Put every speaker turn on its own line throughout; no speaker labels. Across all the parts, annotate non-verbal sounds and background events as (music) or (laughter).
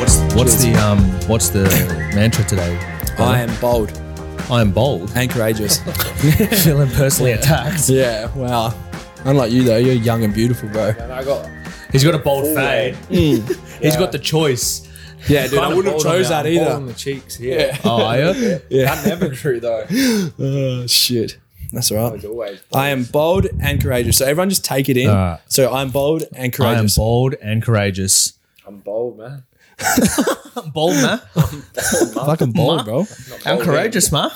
What's uh,
Cheers.
the um? What's the mantra today?
I am bold
I am bold.
and courageous.
(laughs) Feeling personally attacked.
yeah, wow. Unlike you though, you're young and beautiful, bro.
And I got
(laughs) He's got a bold fade. He's
Yeah.
got the choice.
Yeah, dude, I
Kinda
wouldn't have
bald on
chose
the-
that
bald
either.
on the cheeks, yeah.
Yeah.
Oh, (laughs) are you?
Yeah.
That never grew though. It
Uh, shit. That's all
was
right.
always.
I am bold and courageous. So everyone just take it in.
Alright.
So I'm bold and
I am
courageous.
bold and courageous.
I'm bold, man.
Bold, (laughs) man.
Fucking bold, bro.
I'm
Bold,
courageous, man. (laughs)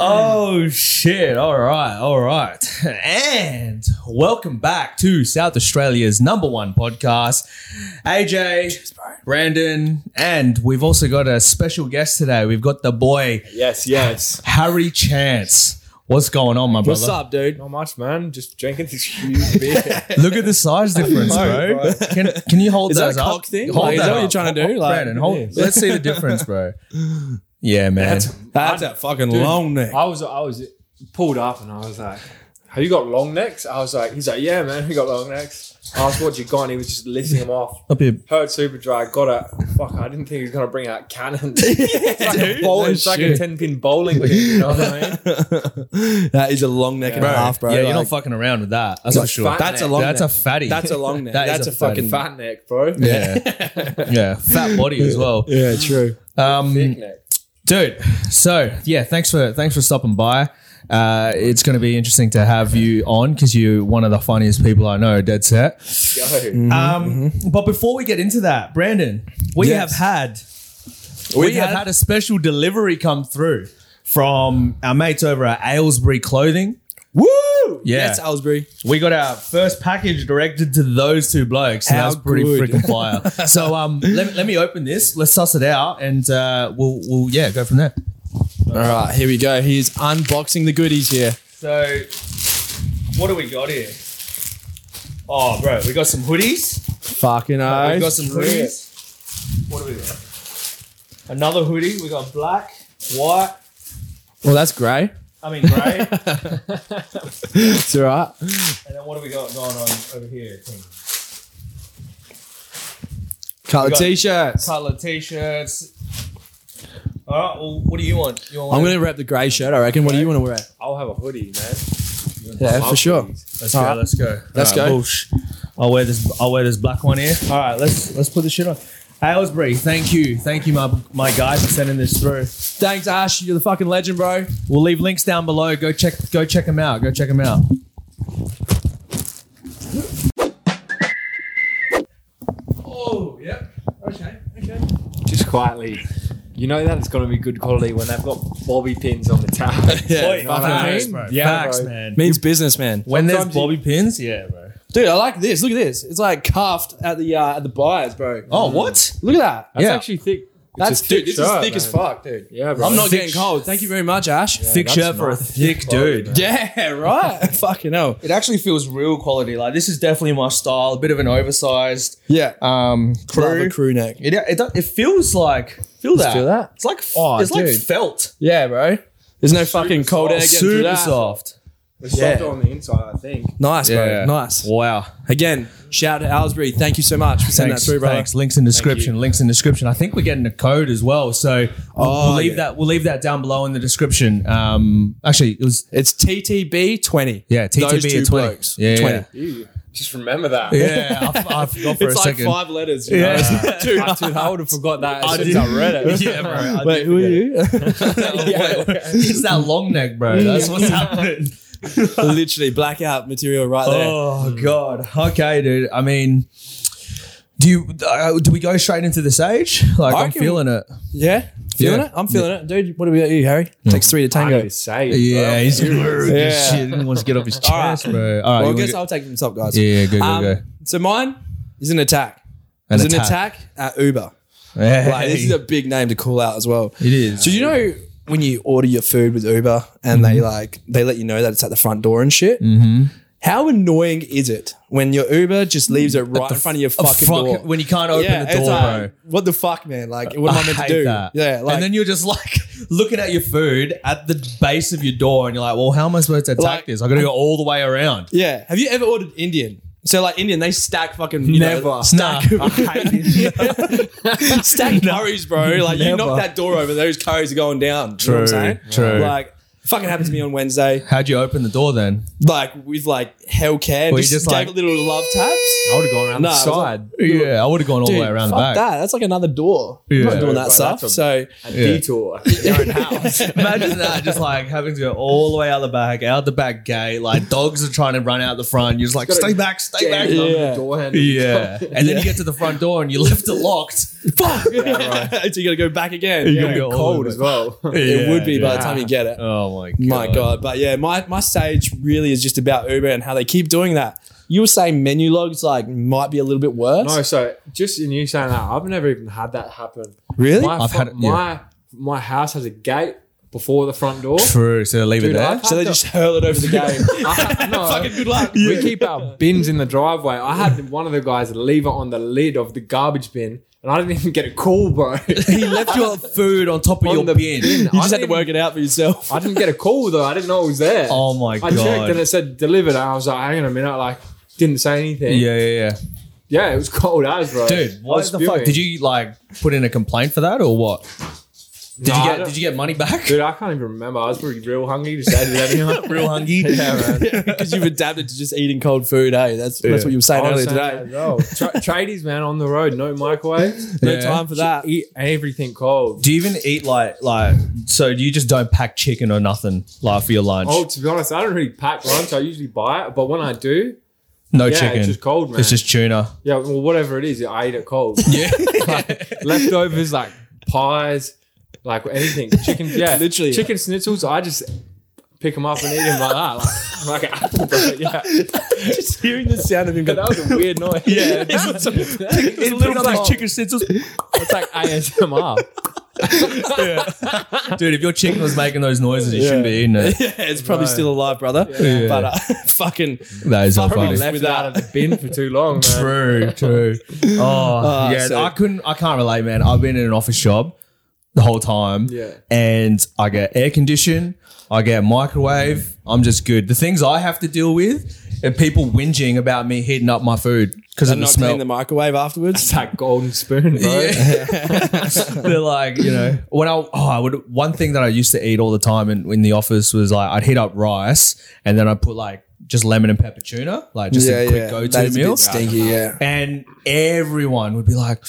oh shit! All right, all right, and welcome back to South Australia's number one podcast, AJ, Brandon, and we've also got a special guest today. We've got the boy
Yes, yes.
Harry Chance. What's going on, my brother?
What's up, dude?
Not much, man. Just drinking this huge beer.
(laughs)
Look at the size difference, bro. Can, can you hold
Is that
those
a
up?
cock thing?
Hold
Like, is
that
that what
up.
you're trying to do? Like,
Brandon, hold. Let's see the difference,
(laughs)
bro. Yeah, man.
That's a fucking long neck.
I was, I was pulled up, and I was like, "Have you got long necks?" I was like, "He's like, yeah, man, we got long necks." I asked what you got, and he was just listing them off.
Up here.
Heard super dry, got it. Fuck, I didn't think he was gonna bring out cannon. (laughs) it's like a bowl,
no
it's like a
shit.
ten pin bowling pin. You know what I mean?
that is a long neck and a half, bro.
Yeah, you're
Like,
not fucking around with that. That's for
like,
sure.
fat
That's a
neck.
long
That's a
neck.
fatty.
That's a long neck.
(laughs) That
That's
is a
a fucking
fatty.
fat.
Fat neck, bro.
(laughs)
yeah, yeah, fat body as well.
Yeah, true.
Um,
Thick neck.
dude. So yeah, thanks for thanks for stopping by. Uh, it's going to be interesting to have you on because you're one of the funniest people I know. Dead set.
Yo.
Mm.
Um, But before we get into that, Brandon, we
Yes.
have had we, have had a special delivery come through from our mates over at Aylesbury Clothing.
Woo!
Yeah.
Yes, Aylesbury.
We got our first package directed to those two blokes. So
How
that's pretty
good.
freaking (laughs) fire. so um, let, let me open this. Let's suss it out, and uh, we'll we'll yeah go from there.
All right, here we go. He is unboxing the goodies here.
So what do we got here? Oh, bro, we got some hoodies.
Fucking
we got
eyes.
some hoodies. What do we got? Another hoodie. We got black, white.
Well, that's grey.
I mean grey. (laughs) and
It's all right.
then what do we got going on over here?
Colour
We got-
t-shirts.
Colour t-shirts. All right. Well, what do you want? You want
I'm gonna wrap the grey shirt. I reckon. What do you want to wear?
I'll have a hoodie, man.
Yeah,
Love
for sure.
hoodies.
Let's
All
go.
right.
Let's go.
Let's
All right,
go.
Bullsh. I'll wear this. I'll wear this black one here. All right. Let's let's put this shit on. Aylesbury, thank you, thank you, my my guy, for sending this through.
Thanks, Ash. You're the fucking legend, bro.
We'll leave links down below. Go check go check them out. Go check them out. Oh yeah. Okay. Okay.
Just quietly. You know that it's gonna be good quality when they've got bobby pins on the towel.
Wait,
fucking
facts,
mean.
bro.
Yeah,
facts,
bro.
man.
Means business, man.
When there's
Sometimes you-
bobby pins, yeah, bro.
Dude, I like this. Look at this. It's like cuffed at the uh, at the buyers, bro.
Oh, what?
Look at that.
That's
Yeah.
actually thick. It's
That's
a
dude. This
shirt,
is thick as
man.
fuck, dude.
Yeah, bro.
I'm not
Thick
getting
sh-
cold. Thank you very much, Ash. Yeah,
thick
that's
(laughs)
shirt for a
nice.
thick
Quality,
dude.
man.
right. fucking hell.
It actually feels real quality. Like this is definitely my style. A bit of an oversized
Yeah.
um
Love
crew.
a crew neck.
It, it, it feels like feel that.
feel that.
It's like f-
Oh,
it's like
dude.
felt.
Yeah, bro. There's no fucking cold air
soft.
getting through that.
soft.
It's soft on the inside, I think.
Nice, bro.
Yeah.
Nice.
Wow.
Again, shout out to Aylesbury. Thank you so much for sending
Thanks,
that through, brother.
thanks. Links in description. Links in description. I think we're getting a code as well, so we'll,
Oh,
we'll leave
yeah.
that. We'll leave that down below in the description. Um, actually, it was
It's TTB twenty.
yeah,
Those
TTB
two
at twenty.
blokes.
Yeah, yeah,
20.
Ew. Just remember that.
yeah. yeah. (laughs) I f- I, forgot for a
It's like
second.
five letters. You yeah, know? It's too hard. I would have forgot that.
I
as soon
did.
as (laughs) I read it.
(laughs) yeah, bro.
(laughs)
I
Wait, who are (laughs) you?
did- It's that long neck, bro.
(laughs)
That's what's happening.
Literally blackout material right there. Hmm.
Oh god. Okay, dude. I mean, do you uh, do we go straight into the sage? Like
I
I'm
reckon-
feeling it.
Yeah, feeling
Yeah.
it. I'm feeling it, dude. What about you, Harry? Takes three to
I
tango.
need to say.
Yeah,
bro.
he's rude as
Yeah.
shit. He wants to get off his
All right.
chest, bro. (laughs) All right,
Well, I
you
guess
wanna
I'll take them top guys.
go- yeah, yeah, go, go,
Um,
go.
So mine is an attack.
An
It's an attack at Uber.
Hey.
Like, this is
(laughs)
a big name to call out as well.
it is.
So you know when you order your food with Uber and they
Mm-hmm.
like they let you know that it's at the front door and shit. How annoying is it when your Uber just leaves it right in front of your
A
fucking
fuck-
door?
when you can't open
yeah,
the door,
it's
bro.
like, what the fuck, man? Like, what am I,
I
meant to
hate
do?
that.
Yeah, like,
and then you're just like (laughs) looking at your food at the base of your door, and you're like, "Well, how am I supposed to attack
Like-
this? I got to go all the way around."
yeah. Have you ever ordered Indian? So like Indian, they stack fucking you know,
Never.
stack (laughs) stack curries, bro. Like you
Never.
knock that door over, those curries are going down. True, you know what I'm saying?
True, true.
Like fucking happened to me on Wednesday.
How'd you open the door then?
Like with like hell care,
Were you
just,
just
gave
like-
a little love taps.
I would have gone around
Nah,
the
I was like-
side.
Yeah, I would have gone all the
Dude,
way around the
fuck
back.
that. That's like another door. I'm
Yeah.
not doing that
Bro,
stuff.
that's a-
so
A
Yeah.
detour. Your own house.
Imagine that, just like having to go all the way out the back, out the back gate. Like dogs are trying to run out the front. You're just like,
Gotta
stay back, stay back.
Yeah.
Yeah.
Yeah. Door handle.
(laughs) and then you get to the front door and you left (laughs) it locked.
(laughs)
(laughs)
fuck. (laughs) so you got to go back again.
You gotta
Yeah.
go all the
Cold
way
as
back.
well.
it
Yeah,
would be by the
dude.
time you get it.
Oh my god!
My God. But yeah, my, my sage really is just about Uber and how they keep doing that. You were saying menu logs like might be a little bit worse.
No, so just in you saying that, I've never even had that happen.
really?
My,
I've
I've
had it, yeah.
my my house has a gate before the front door.
True. So leave
Dude,
it there.
I've had
so they
the-
just hurl it
(laughs)
over the
(laughs)
gate.
I- no.
Fucking good luck.
We keep our bins in the driveway. I had one of the guys leave it on the lid of the garbage bin, and I didn't even get a call, bro. (laughs)
he left your food on top of
On
your
the
bin.
bin.
You
I
just had to
didn't-
work it out for yourself.
I didn't get a call though. I didn't know it was there.
Oh my
I checked
god!
and it said delivered. And I was like, hang on a minute, like didn't say anything.
yeah, yeah, yeah.
Yeah, it was cold as bro.
Dude,
I
what
was
the fuck?
spewing.
Did you like put in a complaint for that or what? Did
Nah, I
you get
don't-
Did you get money back? (laughs)
Dude, I can't even remember. I was pretty real hungry. Just added everything.
Real hungry. Yeah, man. (laughs)
Because you've adapted to just eating cold food, hey? That's, that's what you were saying
I
earlier
was saying
today.
that as well. Tra- tradies, man, on the road, no microwave,
No
Yeah.
time for that.
eat everything cold.
Do you even eat like like? So you just don't pack chicken or nothing like for your lunch?
Oh, to be honest, I don't really pack lunch. I usually buy it, but when I do,
no
yeah,
chicken.
it's just cold, man.
It's
(laughs)
just tuna.
yeah, well, whatever it is, I eat it cold.
(laughs) Yeah.
Leftovers like pies, like anything, chicken. Yeah,
Literally.
chicken schnitzels. I just pick them up and eat them like that, like, like an apple. Bro. Yeah, (laughs)
just hearing the sound of (laughs) him go,
that (laughs) was a weird noise.
(laughs)
Yeah.
it's a,
It's
little bit like chicken.
schnitzels.
it's like ASMR.
Dude, if your chicken was making those noises, you
Yeah.
shouldn't be eating it.
Yeah, it's probably still alive, brother.
Yeah.
But uh, (laughs) fucking
That is not
Probably
funny.
left
Left it out of the bin for too long,
(laughs)
man.
True, true.
(laughs)
Oh,
Uh,
yeah.
so-
I couldn't. I can't relate, man. I've been in an office job the whole time.
Yeah.
And I get air condition. I get microwave. I'm just good. The things I have to deal with are people whinging about me heating up my food because of
and
the
not
smell.
clean the microwave afterwards.
It's like golden spoon, bro.
(laughs) They're like, you know, when I oh, I would one thing that I used to eat all the time in, in the office was like I'd heat up rice and then I'd put like just lemon and pepper tuna, like just a quick
That
go-to
is a bit
meal.
Stinky, yeah.
and everyone would be like,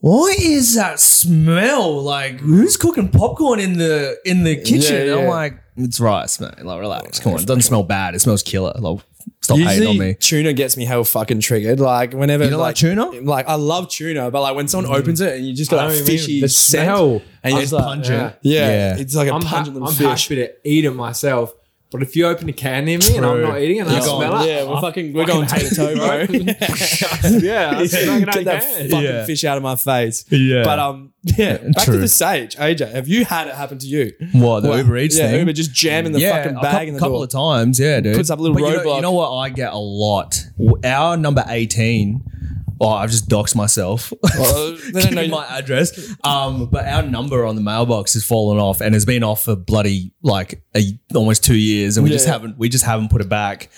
"What is that smell? Like, who's cooking popcorn in the in the kitchen?"
Yeah,
And I'm
yeah.
like, "It's rice, man. Like, relax. Come on. It doesn't smell bad. It smells killer. Like, stop hating on
Usually,
me."
tuna gets me hell fucking triggered. Like whenever
You don't like tuna? Mm-hmm.
like I love tuna, but like when someone opens it and you just
I
got
know
that
what you mean.
fishy
The
scent,
smell.
and you're just like,
pungent.
yeah,
Yeah.
it's like a
I'm, ha-
pungent little
I'm
fish.
happy to eat it myself. But if you open a can near me and I'm
True.
not eating and I
You're
smell
gone.
it,
yeah, we're
I'm-
fucking we're going toe to toe, bro.
(laughs)
(laughs)
yeah, I'm smacking out
Get that
can.
fucking
Yeah.
fish out of my face.
Yeah.
but um, yeah. Back
True.
to the sage, AJ. Have you had it happen to you?
What the
Well,
Uber Eats
yeah,
thing?
Uber just jamming the fucking
a
bag
couple,
in the
couple
door.
of times. Yeah, dude.
Puts up a little
But you know,
roadblock.
you know what I get a lot? Our number eighteen. Oh, I've just doxed myself.
(laughs) Well, they don't know
(laughs) Given
you-
my address. Um, but our number on the mailbox has fallen off and has been off for bloody like a, almost two years, and we
Yeah,
just
yeah.
haven't we just haven't put it back.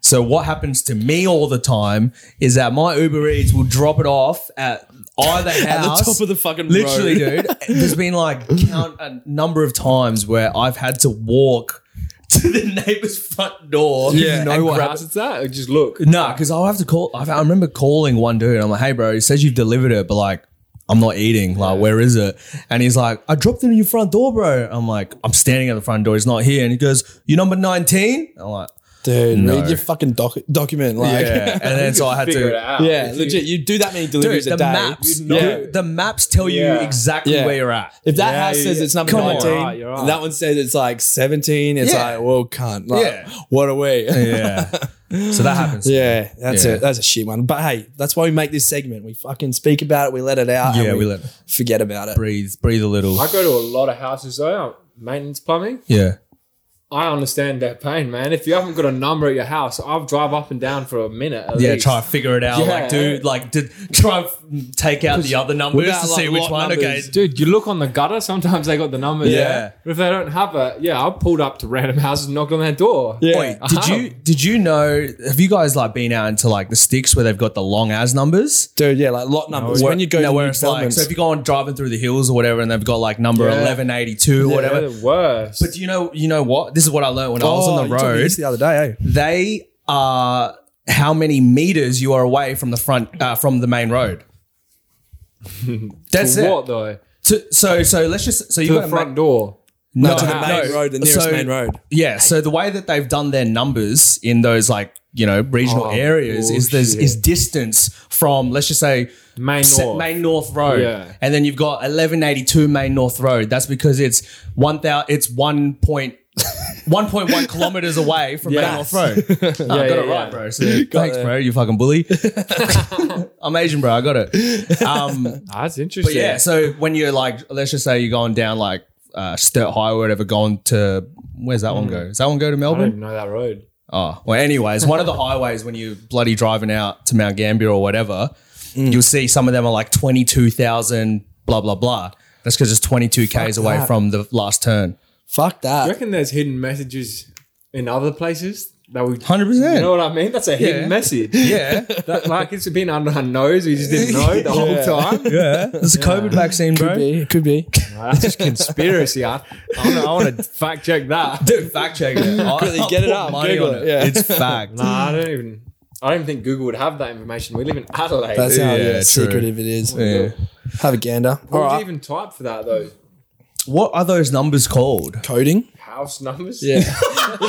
So what happens to me all the time is that my Uber Eats will drop it off at either house
At the top of the fucking
Literally,
road.
dude. There's been like count a number of times where I've had to walk to the neighbor's front door.
Yeah.
and
No
grab
one
it.
asks that. Or just look.
Nah, because I'll have to call. I've, I remember calling one dude. And I'm like, hey, bro, it says you've delivered it, but like, I'm not eating. Like, where is it? And he's like, I dropped it in your front door, bro. I'm like, I'm standing at the front door. He's not here. And he goes, you number 19? I'm like,
dude.
No.
Read your fucking doc- document, like.
yeah. And then so I had
Figure it
to.
out.
(laughs) Yeah,
If you-
legit. You do that many
Dude,
deliveries
the
a day.
maps,
you'd
dude,
know.
the maps tell you
Yeah.
exactly
Yeah.
where you're at.
If that
Yeah,
house
yeah,
says
yeah.
it's number
Come on.
19,
You're right, you're right.
and that one says it's like 17, it's
Yeah.
like, well, cunt. Like,
Yeah.
What are we?
(laughs) Yeah. so that
(laughs)
happens.
Yeah, that's
Yeah.
it. That's a shit one. But hey, that's why we make this segment. We fucking speak about it, we let it out. and
Yeah, we let-
forget about it.
Breathe, breathe a little.
I go to a lot of houses though. Maintenance plumbing.
Yeah.
I understand that pain, man. If you haven't got a number at your house, I'll drive up and down for a minute. At
Yeah,
least.
try and figure it out.
Yeah.
Like, do like, did try and f- take out the other numbers
without,
to see
like, lot
which one. Okay,
numbers.
Dude, you look on the gutter. Sometimes they got the number. Yeah.
Yeah.
But if they don't have it, yeah, I pulled up to random houses, and knocked on their door.
Wait, did
Uh-huh.
you did you know? Have you guys like been out into like the sticks where they've got the long as numbers?
Dude, yeah, like lot numbers. when you go
No,
to
where
new
it's like,
developments,
so if you go on driving through the hills or whatever, and they've got like number
Yeah.
eleven eighty two or
Whatever.
whatever.
the worst.
But do you know, you know what? This is what I learned when I was
Oh,
on the
you told me
road.
this the other day, eh?
They are how many meters you are away from the front uh, from the main road. That's
what
it.
though?
So, so so let's just so you
To
got
the front door.
no,
to the
no,
main
no.
road, the nearest
So-
main road.
Yeah. So the way that they've done their numbers in those like you know regional
Oh,
areas is there's
bullshit.
is distance from let's just say
Main
se-
north.
main north road,
Yeah.
and then you've got eleven eighty two main north road. That's because it's one thousand. It's one point. (laughs) 1.1 kilometers away from
Yeah.
Main North Road. I
(laughs)
got
Yeah,
it
yeah,
right,
yeah.
bro. So,
(laughs)
thanks, bro. You fucking bully. I'm Asian, bro. I got it. Um,
Ah, that's interesting.
yeah. So when you're like, let's just say you're going down like uh, Sturt Highway, or whatever, going to where's that one
Hmm.
go? Does that one go to
I don't
Melbourne?
even know that road.
Oh, well. Anyways, one of
(laughs)
the highways when you're bloody driving out to Mount Gambier or whatever,
Mm.
you'll see some of them are like twenty two thousand blah blah blah. That's because it's twenty two k's away
that.
from the last turn.
Fuck
Do you
that.
reckon there's hidden messages in other places that we?
Hundred
You know
percent.
what I mean? That's a hidden
Yeah.
(laughs) message.
Yeah,
That, like it's been under our nose. We just didn't know the whole time.
(laughs)
yeah. It's a COVID vaccine, bro.
Could be. Could be.
Nah, (laughs) That's just conspiracy. I, I wanna- I want to fact check (laughs) that.
Dude, fact
(laughs)
check it. I'll-
Quickly,
I'll
get it
put
up,
money
Google
on
it,
it.
yeah.
It's fact.
(laughs)
Nah, I don't even. I don't even think Google would have that information. We live in Adelaide.
That's how
Yeah,
yeah,
true.
secretive it is.
Yeah.
Have a gander.
What
All
would
right.
you even type for that though?
What are those
(laughs)
numbers called?
Coding.
House numbers.
(laughs)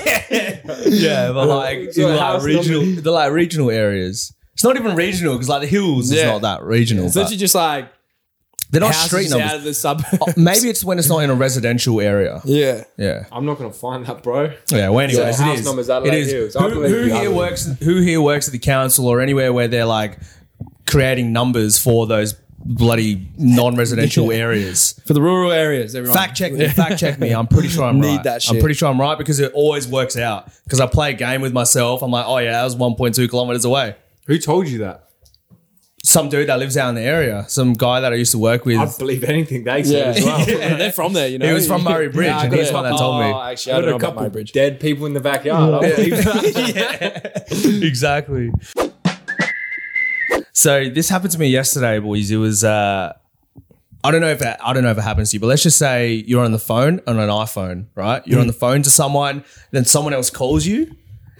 Yeah, but like,
so
in like
how's
regional, the like regional areas. It's not even regional because like the hills is
Yeah.
not that regional.
So
but
you just like
they're not
houses
Oh, street
just out
numbers. Oh.
of the suburb.
Maybe it's when it's not in a residential area.
yeah.
Yeah,
I'm not gonna find that, bro.
yeah. Well, anyways,
house
it is.
numbers,
it
Adelaide
is.
Hills. I
Who,
believe
who
you.
here works? Who here works at the council or anywhere where they're like creating numbers for those bloody (laughs) non-residential areas?
(laughs) For the rural areas, everyone.
Fact check me. Fact check me. I'm pretty (laughs) sure I'm
Need
right.
that
I'm
shit.
pretty sure I'm right because it always works out. Because I play a game with myself. I'm like, oh yeah, that was 1.2 kilometers away.
Who told you that?
some dude that lives out in the area, some guy that I used to work with.
I believe anything they said as
(laughs) (laughs)
well.
Yeah, They're from there, you know.
he was from Murray Bridge,
Yeah, I
and
got
he's
a
the one that
couple-
told me.
Oh, actually, I
I
don't
had
know
a
about Murray
couple
Bridge.
dead people in the backyard. I believe that.
(laughs)
exactly. So this happened to me yesterday, boys. It was uh, I don't know if it, I don't know if it happens to you, but let's just say you're on the phone on an iPhone, right? You're on
Hmm.
the phone to someone, then someone else calls you,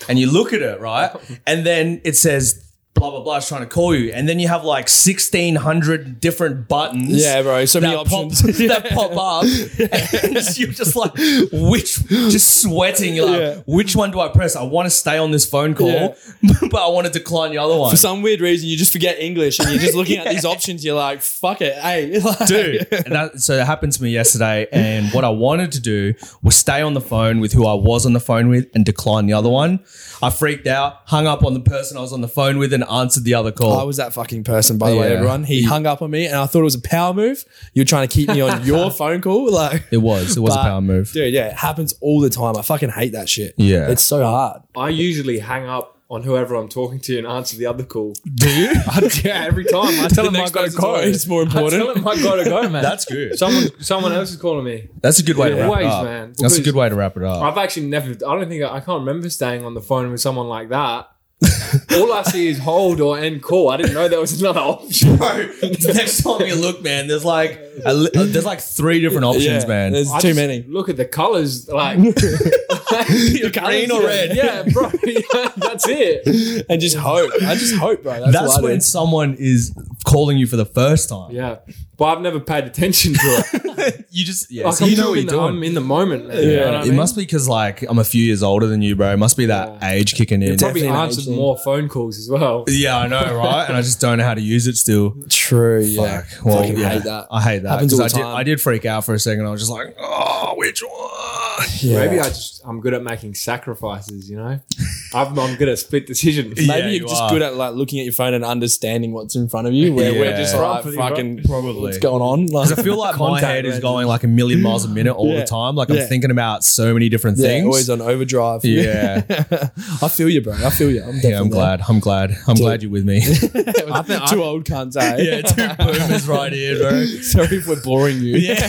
and you look at it,
(laughs)
right, and then it says. Blah blah blah is trying to call you, and then you have like sixteen hundred different buttons.
Yeah, bro, so many
that pop-
options. (laughs)
(laughs) that pop up, and (laughs) you're just like, which, just sweating. You're like,
Yeah.
which one do I press? I want to stay on this phone call,
Yeah.
(laughs) but I want to decline the other one.
For some weird reason, you just forget English and you're just looking at these options. You're like, fuck it, hey, (laughs) like,
(laughs) Dude, and that, so it happened to me yesterday, and what I wanted to do was stay on the phone with who I was on the phone with and decline the other one. I freaked out, hung up on the person I was on the phone with, and answered the other call.
I was that fucking person, by the way,
Yeah.
everyone. He hung up on me and I thought it was a power move. You're trying to keep me on your
(laughs)
phone call. Like,
it was, it was a
But-
power move.
dude, yeah, it happens all the time. I fucking hate that shit.
Yeah.
It's so hard.
I usually hang up on whoever I'm talking to and answer the other call. Do (laughs) you? yeah, every time.
(laughs)
I tell
The
them I
next
got to
person's always more
I
important.
tell them I got
(laughs)
to go, man.
That's good.
Someone, someone else is calling me.
That's a good way to wrap it
Always,
up.
man,
That's a
because-
good way to wrap it up.
I've actually never. I don't think I can't remember staying on the phone with someone
(laughs)
like that. All I see is hold or end call. I didn't know there was another option.
Bro, (laughs) next time you look, man, there's like a li- uh, there's like three different options,
Yeah,
man.
There's
I
too
just
(laughs)
many.
Look at the
(laughs)
colors, like (laughs) the
green or red.
Yeah, bro. (laughs) Yeah, that's it.
And just hope. I just hope, bro. That's,
That's
what
when
I do.
someone is calling you for the first time.
Yeah, but I've never paid attention to it.
(laughs) You just yeah,
Like,
so
I'm
you know what
in
you're
the,
doing.
I'm in the moment. Yeah,
it must be because like I'm a few years older than you, bro. It must be that age kicking in.
probably
definitely
answered
amazing.
more phone calls as well.
yeah, I know, right? and I just don't know how to use it still.
True, yeah.
Fuck. Well,
Fucking
yeah,
hate that.
I hate that.
Happens
'cause
all
I
the
did,
time.
I did freak out for a second. I was just like, oh, which one?
Yeah.
Maybe I just I'm good at making sacrifices. You know, I'm, I'm good at split decision.
(laughs)
Yeah,
Maybe
you
you're just
are.
good at like looking at your phone and understanding what's in front of you. Where we're
Yeah.
just like
Probably,
fucking
probably.
what's going on. Like,
I feel like my
contact
head is
lenses.
going like a million miles a minute all
Yeah.
the time. Like
Yeah.
I'm thinking about so many
(laughs)
different
Yeah,
things.
always on overdrive.
Yeah.
(laughs) I feel you, bro. I feel you. I'm,
yeah, I'm glad. I'm glad. I'm glad you're with me.
I think two old cunts, eh?
yeah, (laughs) two boomers right here, bro.
Sorry if we're boring you.
Yeah.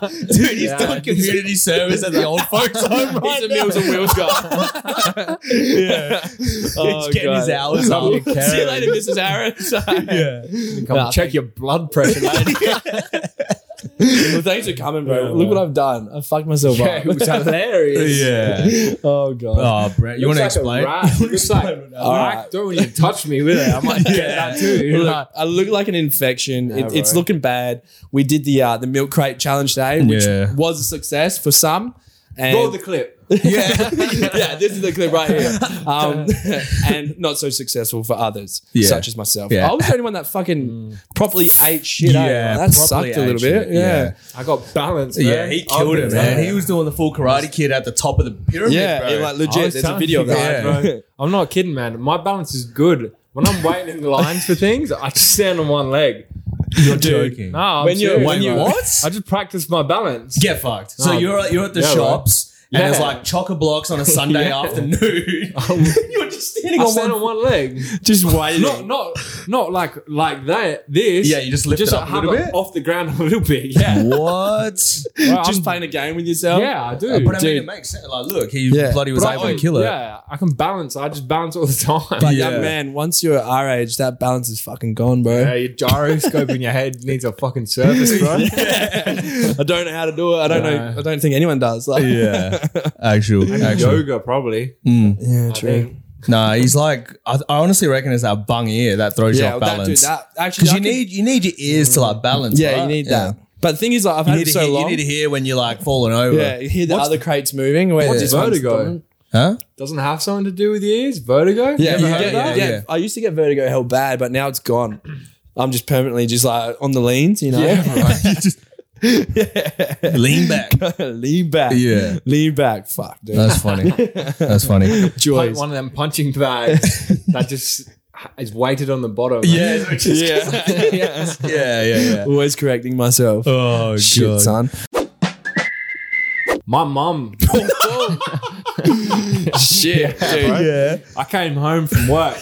Dude, he's
Yeah.
doing community service at the old folks home (laughs) right
He's a
now.
Meals and Wheels guy. Oh,
Yeah. (laughs) he's getting his hours up.
See you later, Mrs. Aaron.
Yeah.
Come
Nah,
check your blood pressure, mate.
well, thanks for coming, bro. Look what I've done. I fucked myself
(laughs) yeah, it
up. (laughs)
was hilarious.
Yeah.
oh god.
Oh, Brett, you want to
Looks like
explain?
a rat. Looks like
Alright.
I don't when you touch me with it. I might get that too.
Look, I look like an infection.
Yeah,
it, it's
bro.
looking bad. We did the uh, the milk crate challenge today, which
Yeah.
was a success for some. And
Roll the clip.
Yeah.
(laughs) yeah, this is the clip right here.
(laughs)
Um, and not so successful for others,
Yeah.
such as myself.
Yeah.
I was the only one that fucking properly ate shit. Yeah,
Yeah,
that
properly
sucked a little
ate shit,
bit. Yeah.
I got balance. Man.
Yeah, he killed it, man. He was doing the full Karate Kid at the top of the pyramid,
Yeah,
bro.
it, like legit. There's a
(laughs)
video of
guys,
that.
bro.
I'm not kidding, man. My balance is good. When I'm waiting in the lines for things, I just stand on one leg.
you're joking.
No, I'm
When you're-
serious,
Wait,
bro.
what?
I just practice my balance.
Get fucked. So
No.
you're you're at the
Yeah, bro.
shops and there's
Yeah.
like chocker blocks on a Sunday
Yeah.
afternoon. (laughs) you're just standing
I
on
stand
one.
on one leg.
Just waiting.
Not not not like like that. This.
Yeah, you just lift
just
it up
like,
a
have
little
it
bit.
off the ground a little bit.
(laughs)
Yeah.
What?
Well,
just
I'm-
playing a game with yourself.
Yeah, I
but I
do.
mean, it
Dude.
makes sense. Like, look, he
Yeah.
bloody was
But I-
able to kill it.
Yeah, I can balance. I just balance all the time.
But
Yeah.
young man, once you're our age, that balance is fucking gone, bro.
yeah, your gyroscope in your head needs a fucking service, (laughs) bro.
(laughs) I don't know how to do it. I don't know.
Nah.
I don't think anyone does. Like,
(laughs) Yeah, actual, actual.
Yoga, probably.
(laughs) yeah,
I
true.
think.
Nah, he's like, I, I honestly reckon it's that bung ear that throws you
Yeah,
off
well, that dude,
balance.
that actually,
Because
I
you
could-
need you need your ears to like balance.
Yeah,
right?
you need
Yeah.
that. But the thing is, like, I've
You
had
need,
it
to
so
hear, you
long.
need to hear when you're like falling over.
yeah, you hear the
What's-
other crates moving. Where
what's
this one's
vertigo?
dominant.
Huh?
Doesn't have something to do with the ears? Vertigo?
Yeah,
You
you
ever
get-
heard
yeah,
that?
yeah.
yeah. I used to get vertigo hell bad, but now it's gone. I'm just permanently just like on the leans, (laughs) you know.
(laughs)
You just (laughs) lean back.
(laughs) lean back.
Yeah.
lean back. Fuck, dude.
That's funny. That's funny.
Like
Joys.
one of them punching bags that just is weighted on the bottom.
Yeah, which
(laughs)
is-
Yeah,
yeah, yeah, yeah.
always correcting myself.
Oh
Shit, son.
My mum,
Shit, dude. (laughs)
Yeah.
I came home
(laughs)
from work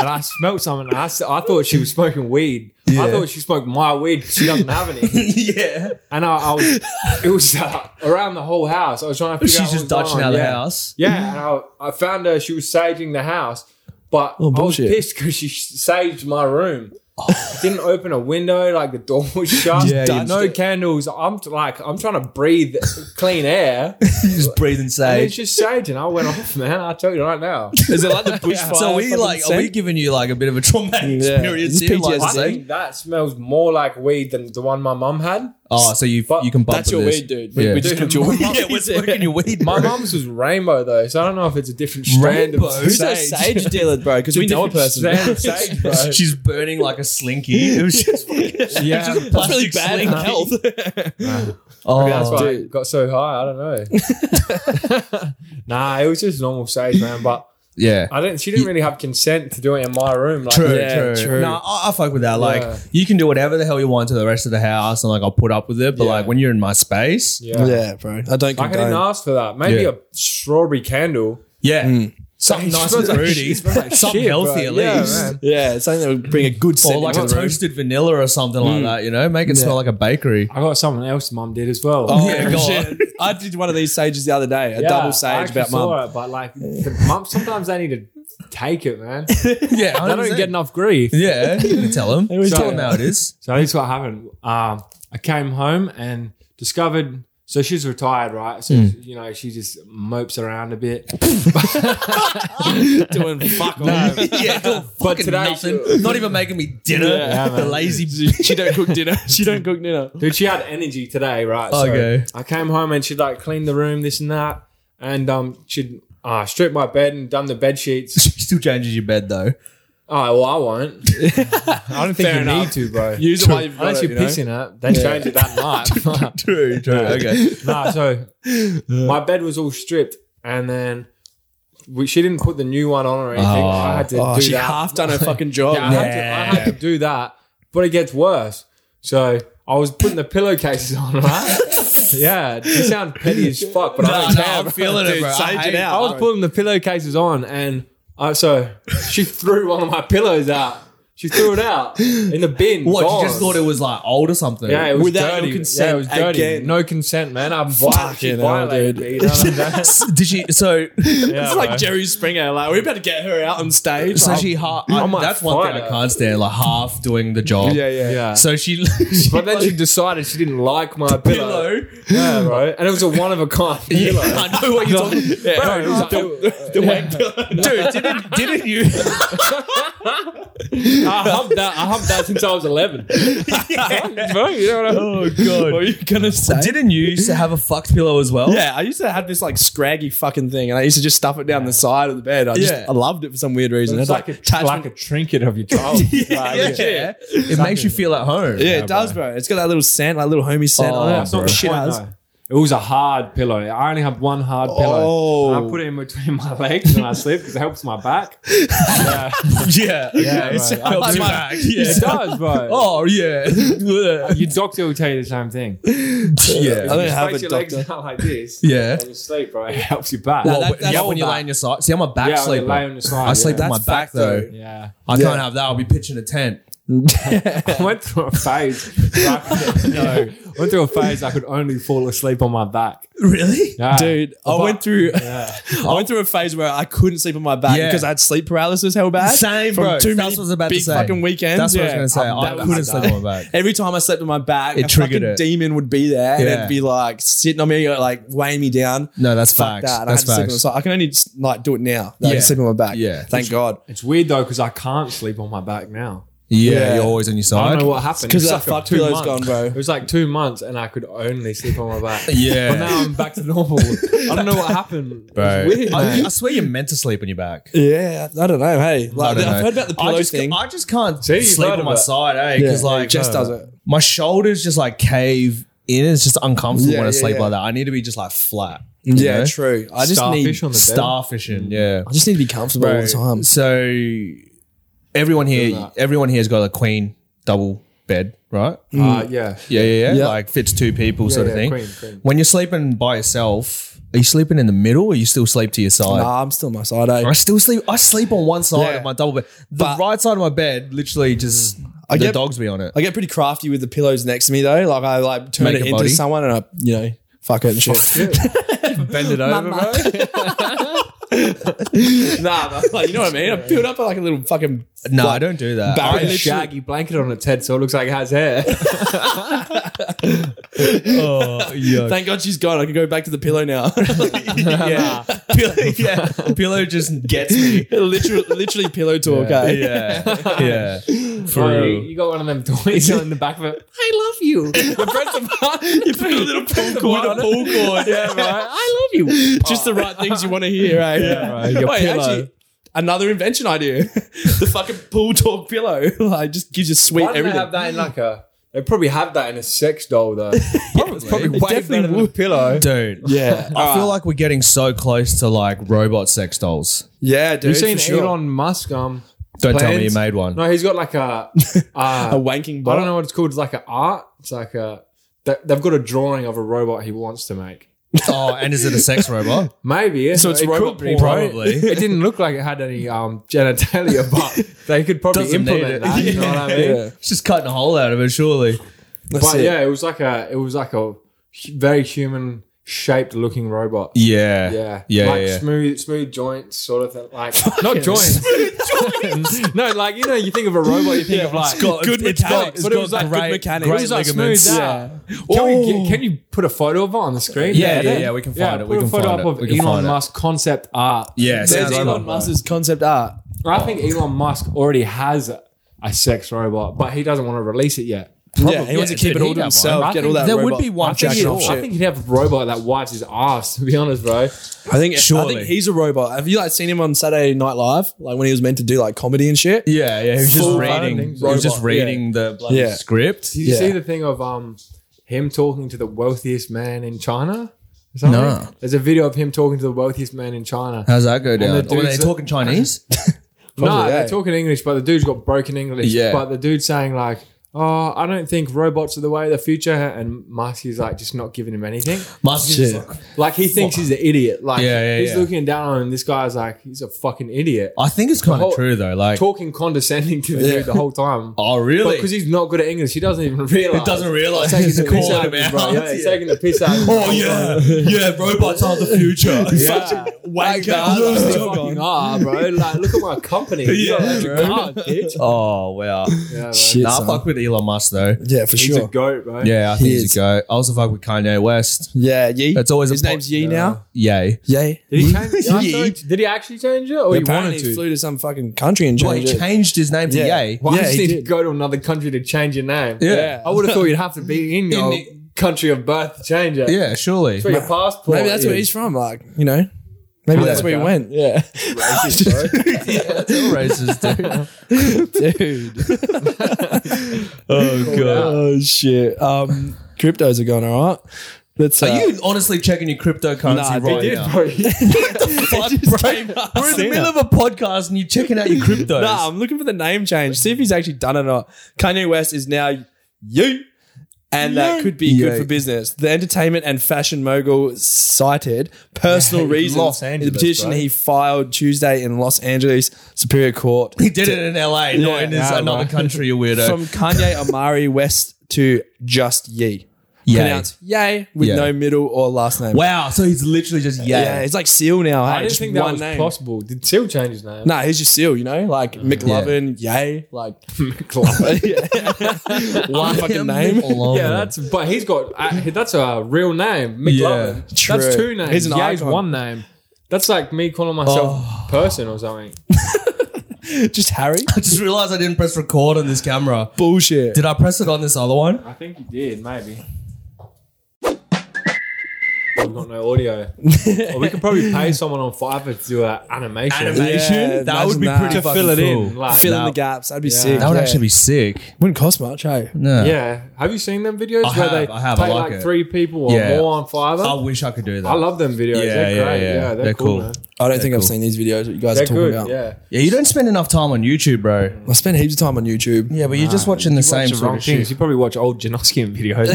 and I smelled something. And I, s- I thought she was smoking weed. I thought she smoked my weed. 'cause She doesn't have any.
(laughs) yeah.
And I, I was, it was uh, around the whole house. I was trying to figure out.
She's
what
just
was going
dodging
on.
out of the
Yeah.
house.
Yeah, and I, I found her. She was saging the house, but
Oh,
I was
bullshit.
pissed because she saged my room.
Oh.
I didn't open a window. Like the door
(laughs)
was shut.
Yeah, you
no
just-
candles. I'm t- like, I'm trying to breathe clean air.
She's just breathing
And
sage.
it's just saging. I went off, man. I tell you right now.
Is it like
(laughs)
the bushfire?
So we
fucking
like, are we
scent?
giving you like a bit of a traumatic
Yeah. It's
experience here? Like,
PTSD.
I
sage?
think that smells more like weed than the one my mum had.
Oh, so you
But
you can bump
That's
with
your
this.
weed, dude. We,
Yeah.
we just
Dude,
took
(laughs)
your
my
weed.
mum-
Yeah, we're smoking your weed.
My (laughs)
bro.
mum's was rainbow though, so I don't know if it's a different strand
Rainbow?
of
(laughs) Who's that sage dealer, bro? Because we know a person.
Strand
(laughs)
of sage, (laughs)
(laughs)
bro.
She's burning like a
(laughs)
slinky. It was just
Yeah,
That's really bad in
slinky.
health. (laughs)
Oh,
Maybe that's why
dude.
I got so high. I don't know. (laughs) nah, it was just normal sage, man. But
yeah.
I didn't. She didn't really have consent to do it in my room. Like,
True,
Yeah,
true.
true.
No, I, I fuck with that. Like,
Yeah.
you can do whatever the hell you want to the rest of the house, and like I'll put up with it. But
Yeah.
like when you're in my space,
Yeah.
bro. I don't
Like I didn't
condone.
ask for that. Maybe
Yeah.
a strawberry candle.
yeah, something
(laughs) It
nice and
smells like-
fruity,
it smells like
something
shit,
healthy
bro.
at
Yeah,
least,
man.
Yeah, it's something that would bring a good
or
scent
like
into
a
the room.
toasted vanilla or something
Hmm.
like that. You know, make it smell like a bakery.
(laughs) I got something else mum did as well.
Oh,
Yeah, go
shit. I did one of these sages the other day, a
Yeah,
double
I
sage
actually
about
saw
mum.
it, but like, the mum, sometimes they need to take it, man. They
(laughs) Yeah, I
don't get enough grief.
(laughs) Yeah, you can tell them.
was
tell
so-
them how it is.
So this is what happened. Um, I came home and discovered. So she's retired, right? So
Hmm.
you know she just mopes around
(laughs)
a bit. (laughs)
Doing fuck all.
(laughs) yeah, doing fucking
today
nothing.
she-
Not even making me dinner.
Yeah,
(laughs) the
man.
lazy.
She don't cook dinner. She don't cook dinner.
Dude, she had energy today, right? So
Okay.
I came home and she'd like cleaned the room, this and that, and um, she'd uh, stripped my bed and done the bed
(laughs)
sheets.
She still changes your bed though.
oh well, I won't. I don't think
Fair
you
enough.
need to, bro.
Use it while you've got
Unless
it, you
you're
know?
pissing it, they change
(laughs)
it
(laughs)
that night.
True, true. Okay.
nah, so my bed was all stripped, and then we, she didn't put the new one on or anything. I had to
Oh,
do
she
that.
half
(laughs)
done her fucking job.
Yeah, I, had to, I had to do that, but it gets worse. So I was putting the pillowcases on,
(laughs)
right? yeah, you sound petty as fuck, but I don't care.
I'm feeling it, bro. I
sage it
hate-
out.
I was putting the pillowcases on, and I, so she threw one of my pillows out. She threw it out in the bin.
What?
gone.
You just thought it was like old or something?
Yeah, it was
Without your
dirty. yeah,
consent
it was dirty.
again.
No consent, man. I'm violent. She
Fucking hell,
violated
dude.
(laughs)
me, you know what I'm saying?
(laughs) Did she? So, (laughs)
Yeah,
It's like
bro.
Jerry Springer. Like we better get her out on stage.
so
Like, (laughs)
she half.
I might
That's one thing
fight
I
her.
can't stand. Like half doing the job.
yeah, yeah,
Yeah.
So she. (laughs) she
but then she decided she didn't like my
pillow.
pillow. Yeah, right. And it was a one of a kind pillow.
I know what you're talking.
Bro, it was like-
The wank pillow.
Dude, didn't didn't you?
(laughs) I humped that. I humped that since I was eleven. Bro, you know what I mean?
Oh god.
What are you gonna say?
Didn't you used (laughs) to have a fucked pillow as well?
yeah, I used to have this like scraggy fucking thing, and I used to just stuff it down the side of the bed. I just
Yeah.
I loved it for some weird reason.
It's like a
attachment-
like a trinket of your child.
(laughs)
Yeah, yeah.
yeah.
It makes you feel at home.
yeah, it does, bro. It's got that little scent, like little homie scent.
Oh,
on it.
that's not
Bro.
the
Shit
Why
has.
no? It was a hard pillow. I only had one hard
Oh.
pillow. And I put it in between my (laughs) legs when I sleep because it helps my back.
Yeah.
Yeah,
Okay.
right.
So
I like
helps you (laughs)
my-
back. Yeah.
It does, bro.
Oh (laughs) yeah.
Your doctor will tell you the same thing.
I
yeah.
don't
Just
have a
place your legs
doctor.
out
(laughs)
like this.
Yeah.
And you sleep, bro. It helps your back.
Well,
Well,
that-
yeah,
that's
when you
all
lay on your side. See, I'm a back
yeah, when you
sleeper.
lay on your side.
I sleep
yeah.
on my
That's
back
fact, though.
though.
Yeah.
I
Yeah.
can't have that. I'll be pitching a tent.
I went through a phase. where I could- no, went through a phase I could only fall asleep on my back.
Really?
Yeah.
Dude, I
But-
went
(laughs)
through
Yeah.
I went through a phase where I couldn't sleep on my back
Yeah.
because I had sleep paralysis hell bad.
Same,
From
bro.
too
That's
many
what I was about to
big
say.
fucking weekends.
That's what I
Yeah.
was gonna say.
I've
I
never
couldn't
had
sleep
that.
(laughs)
on my back.
Every time I slept on my back,
It
a
triggered
fucking
it.
demon would be there and
Yeah.
it'd be like sitting on me, uh, like weighing me down.
No, that's
Fuck
facts.
that. And I had
That's
to sleep on the
facts.
side. I can only like do it now. Like, I
Yeah.
can sleep on my back.
Yeah.
Thank God.
It's weird though because I can't sleep on my back now.
Yeah,
Yeah.
you're always on your
I
side.
don't know what happened.
Because
It's
that
like
fuck
two
pillow's
months.
gone, bro.
It was like two months, and I could only sleep on my
(laughs)
back.
Yeah.
but now I'm back to normal. I don't know what happened.
(laughs)
Bro.
It's weird.
I,
man.
I swear you're meant to sleep on your back.
Yeah, I don't know. Hey, like,
I don't
I've
know.
heard about the
I
pillow
just,
thing.
I just can't
See, you've
sleep
heard
on
of
my
it.
side, eh? Because
Yeah,
like
it just
uh,
does it.
My shoulders just like cave in. It's just uncomfortable
Yeah,
when I
yeah,
sleep
yeah.
like that. I need to be just like flat. you
yeah,
know?
true. I just
Starfish
need.
on the bed.
starfishing. Yeah,
I just need to be comfortable all the time.
So everyone
Feel
here,
that.
everyone here's got a queen double bed, right?
Uh, yeah.
Yeah, yeah, yeah.
Mm. Yeah.
Like fits two people, sort of
yeah,
thing.
queen, queen.
When you're sleeping by yourself, are you sleeping in the middle, or you still sleep to your side?
Nah, I'm still on my side. eh?
I still sleep. I sleep on one side
Yeah.
of my double bed. The
But-
right side of my bed, literally, just
I
the
get-
dogs be on it.
I get pretty crafty with the pillows next to me though. Like I like turn
Make
it
a
into
body.
someone and I, you know, fuck it and shit.
Bend it over, bro.
(laughs) nah, but, like you know what I mean. I build up like a little fucking.
(laughs) No,
like,
I don't do that.
Barry
I
Put a
literally-
shaggy blanket on its head so it looks like it
(laughs)
has hair. (laughs)
(laughs) Oh,
(laughs)
yeah.
Thank God she's gone. I can go back to the pillow now. (laughs)
yeah. Pillow, yeah. Pillow just gets
(laughs)
me.
literally, literally pillow talk.
Yeah.
eh?
Yeah.
(laughs)
yeah. For
Bro, you,
real.
you got one of them (laughs) toys on the back of it. I love (laughs) you. The breath of
(laughs)
You put a little pool
cord on it.
Yeah, right. I love you. (laughs)
Just the right things you want to hear. Eh?
Yeah, right. Your
Wait,
pillow.
actually, another invention idea. (laughs) the fucking pool talk pillow. (laughs) like just gives you sweet
Why don't
everything.
they have that in like a? They probably have that in a sex doll though. probably, it's probably
It
way
definitely
better than a
would.
(laughs)
pillow.
Dude.
yeah,
I
Ah.
feel like we're getting so close to like robot sex dolls.
yeah, dude.
You've seen
for sure.
Elon Musk? Um,
Don't tell me you
Plans?
made one.
no, he's got like a.
a
Uh,
wanking
I
bot.
don't know what it's called. It's like an art. It's like a. they- They've got a drawing of a robot he wants to make.
(laughs) Oh, and is it a
(laughs)
sex robot?
Maybe yeah.
So it's
It could
robot
be,
porn.
bro.
Probably.
(laughs) It didn't look like it had any um, genitalia, but they could probably
Doesn't need
implement
it.
that. You
(laughs)
know what I mean?
Yeah.
It's just cutting a hole out of it, surely.
That's
But
it.
yeah, it was like a. It was like a hu- very human shaped looking robot.
Yeah.
Yeah,
Yeah.
like
yeah, yeah.
smooth, smooth joints, sort of thing.
(laughs)
Like not (laughs) joints, (laughs) no, like you know, you think of a robot, you think of like
It's got-
Good
it's got-
mechanics,
it's
but it was like good
great-
mechanics.
great
It was
like
ligaments.
smooth out. Can, we get, can you put a photo of it on the screen?
Yeah, yeah, yeah, we can find it,
Put
we
a
can
photo
find
up
it,
of
we can
Elon
find it.
Musk concept art.
Yeah,
There's
sounds
Elon
robot, bro.
Musk's concept art.
I think Elon Musk already has a, a sex robot, but he doesn't want to release it yet. Probably.
Yeah, he wants
Yeah,
to keep
dude,
it all
he
to
got
himself.
one.
Get
I
all
think
that.
there would
robot.
be one
I think,
jacket
he'd,
Jackson
off
off shit.
I think he'd have a robot that wipes his ass. (laughs) To be honest, bro,
I think. I
Surely.
think he's a robot. Have you like seen him on Saturday Night Live? Like when he was meant to do like comedy and shit.
Yeah, yeah. He was just
Full
reading.
running
He was just
robot, yeah.
reading the bloody
Yeah.
script.
did you
Yeah.
see the thing of um him talking to the wealthiest man in China? or something.
No.
There's a video of him talking to the wealthiest man in China.
How's that go down?
the
Were they
dudes that-
talking (laughs) Chinese?
no,
Probably, eh?
they're talking English, but the dude's got broken English.
Yeah.
But the dude's saying like, "Oh, I don't think robots are the way of the future," and Musk is like just not giving him anything.
Must
Shit.
Like he thinks he's an idiot. Like
Yeah, yeah,
he's
yeah.
looking down on him. This guy's like, he's a fucking idiot.
I think it's kind
The
of
whole-
true though. Like,
Talking condescending to the dude the whole time.
oh
Because
really?
he's not good at English, he doesn't even (laughs) realize.
He doesn't realize
(laughs) Taking
he's
the piss
calling
out
him
of him, bro.
out.
Yeah, he's taking the piss out. Of him.
Oh (laughs) yeah, yeah. Robots are the future. Such a
Like, guys,
wanker. (laughs)
they fucking are, Ah, bro. Like, look at my company.
Yeah,
yeah,
bro.
God, bitch.
Oh wow.
Yeah, bro.
Shit,
Nah, I
son.
fuck with Elon Musk though.
Yeah, for
He's a
sure.
goat, bro.
Yeah, I think
He
he's
is.
a go. I also fuck with Kanye West.
Yeah, Yee.
That's always
His
a po-
name's Yee now.
Yay.
Yay.
Did he (laughs) change?
Yeah.
I thought- Did he actually change it, or he
Apparently
wanted to?
he flew to some fucking country and
Well, he
changed it.
changed his name to
Yeah.
Yay.
Why
Yeah,
does
he
he
did.
go to another country to change your name?
Yeah.
Yeah.
I would have thought you'd have to be (laughs) in your
the-
country of birth to change it.
Yeah, surely.
For your passport.
Maybe that's where he's from. Like, you know, maybe that's where he went. Yeah.
Racist, (laughs) dude.
Dude.
Oh god.
Oh, shit. Um, cryptos are going all right. Let's, uh, (laughs)
Are you honestly checking your cryptocurrency
Nah, they
right
He did, (laughs)
now?
bro.
Fuck, bro. We're in the
Seen
middle of a podcast and you're checking out your cryptos.
Nah, I'm looking for the name change. See if he's actually done it or not. Kanye West is now you. And that could be
Ye.
good for business. The entertainment and fashion mogul cited personal
Yeah,
reasons
(laughs) Los
in the
Angeles,
petition
bro.
he filed Tuesday in Los Angeles Superior Court.
he did it in LA, not in his,
nah,
another
bro.
country, you weirdo.
From Kanye Amari West to just Yee.
Yay.
Pronounced Yay with
Ye.
no middle or last name.
Wow, so he's literally just
Yeah,
Yay.
it's like Seal now.
I didn't think that was possible. Did Seal change his name?
Nah, he's just Seal, you know? Like McLovin, Yay. Like, (laughs) one fucking (laughs) name.
Alone.
Yeah, that's but he's got uh, that's a real name, McLovin.
Yeah,
that's
true.
two names.
He's an
yeah, he's
icon.
one name. That's like me calling myself
Oh.
person or something.
(laughs) just Harry.
I just realized I didn't press record on this camera.
Bullshit.
Did I press it on this other one?
I think you did, maybe. We've got no audio. Or we
(laughs)
could probably pay someone on Fiverr to do an animation.
Animation?
Yeah,
that would be
imagine
pretty
that.
fucking
Fill it
cool.
in, like-
fill in
that,
the gaps. That'd be sick.
That would
Yeah.
actually be sick.
wouldn't cost much, hey.
No.
Yeah. Have you seen them videos
I
where
have,
they
I have, I
pay
like
like,
it.
three people or
Yeah.
more on Fiverr?
I wish I could do that.
I love them videos.
Yeah,
they're
yeah,
great.
yeah.
Yeah, they're,
They're
cool.
cool.
man.
I don't think
cool.
I've seen these videos that you guys
They're
are talking
good.
about.
Yeah.
yeah, you don't spend enough time on YouTube, bro.
I spend heaps of time on YouTube.
Yeah, but you're just watching the same
Bunch of
sort
wrong
of shit.
things. You probably watch old Janoskian (laughs) videos.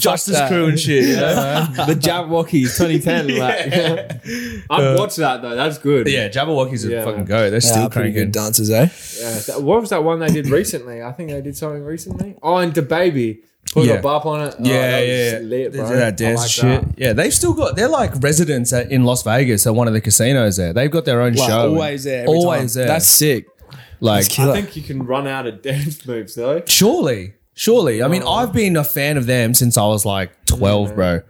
(laughs)
Justice
that.
Crew and shit. You know, man?
(laughs) the Jabberwockies (laughs) 2010. Like, Uh, I'd watch that though. That's good.
Yeah, Jabberwockies
Yeah,
are fucking
man.
go. They're
Still
still
pretty good
cranking.
dancers, eh?
Yeah, that- what was that one they (laughs) did recently? I think they did something recently. Oh, and the baby put
Yeah.
a bop on it. Oh,
Yeah,
that was
yeah, yeah.
lit,
they
bro.
do that
I
dance
like
shit.
that.
Yeah, they've still got. They're like residents at, in Las Vegas at one of the casinos. There, they've got their own
Like,
show. and-
always there. every
always
time.
there.
That's sick.
like
I
Killer.
think you can run out of (laughs) dance moves though.
surely, surely. I mean, I've been a fan of them since I was like twelve, bro.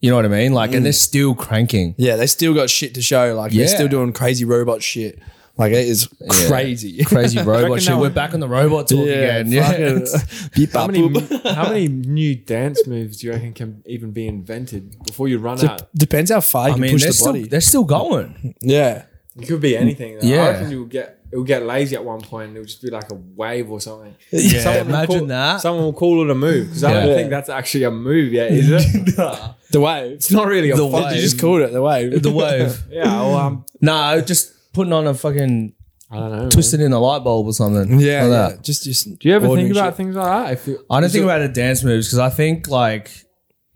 You know what I mean? Like, and they're still cranking.
yeah, they still got shit to show. Like,
Yeah.
they're still doing crazy robot shit. Like, it is crazy.
(laughs) Crazy robot
Reckon
shit.
that
We're
one-
back on the robot talk again. (laughs) Yeah.
fucking- (laughs) Beep,
How
bop,
many
boop.
how many new dance moves do you reckon can even be invented before you run out?
Depends how far you
I
can
mean,
push
they're
the
still
body.
they're still going.
yeah.
It could be anything. Though.
Yeah.
I reckon you'll get it'll get lazy at one point. and It'll just be like a wave or something.
Yeah,
Someone will
imagine
call-
that.
Someone will call it a move because I
Yeah.
don't think that's actually a move yet, is it?
(laughs)
The wave.
It's not really a
The
fucking-
wave.
You just called it the wave.
The wave.
Yeah, well, um,
(laughs) nah, just putting on a fucking
I don't know. man.
twisting in a light bulb or
Yeah,
something. Like
yeah.
that.
Just, just.
Do you ever think about things like that? If you,
I don't think about the dance moves because I think like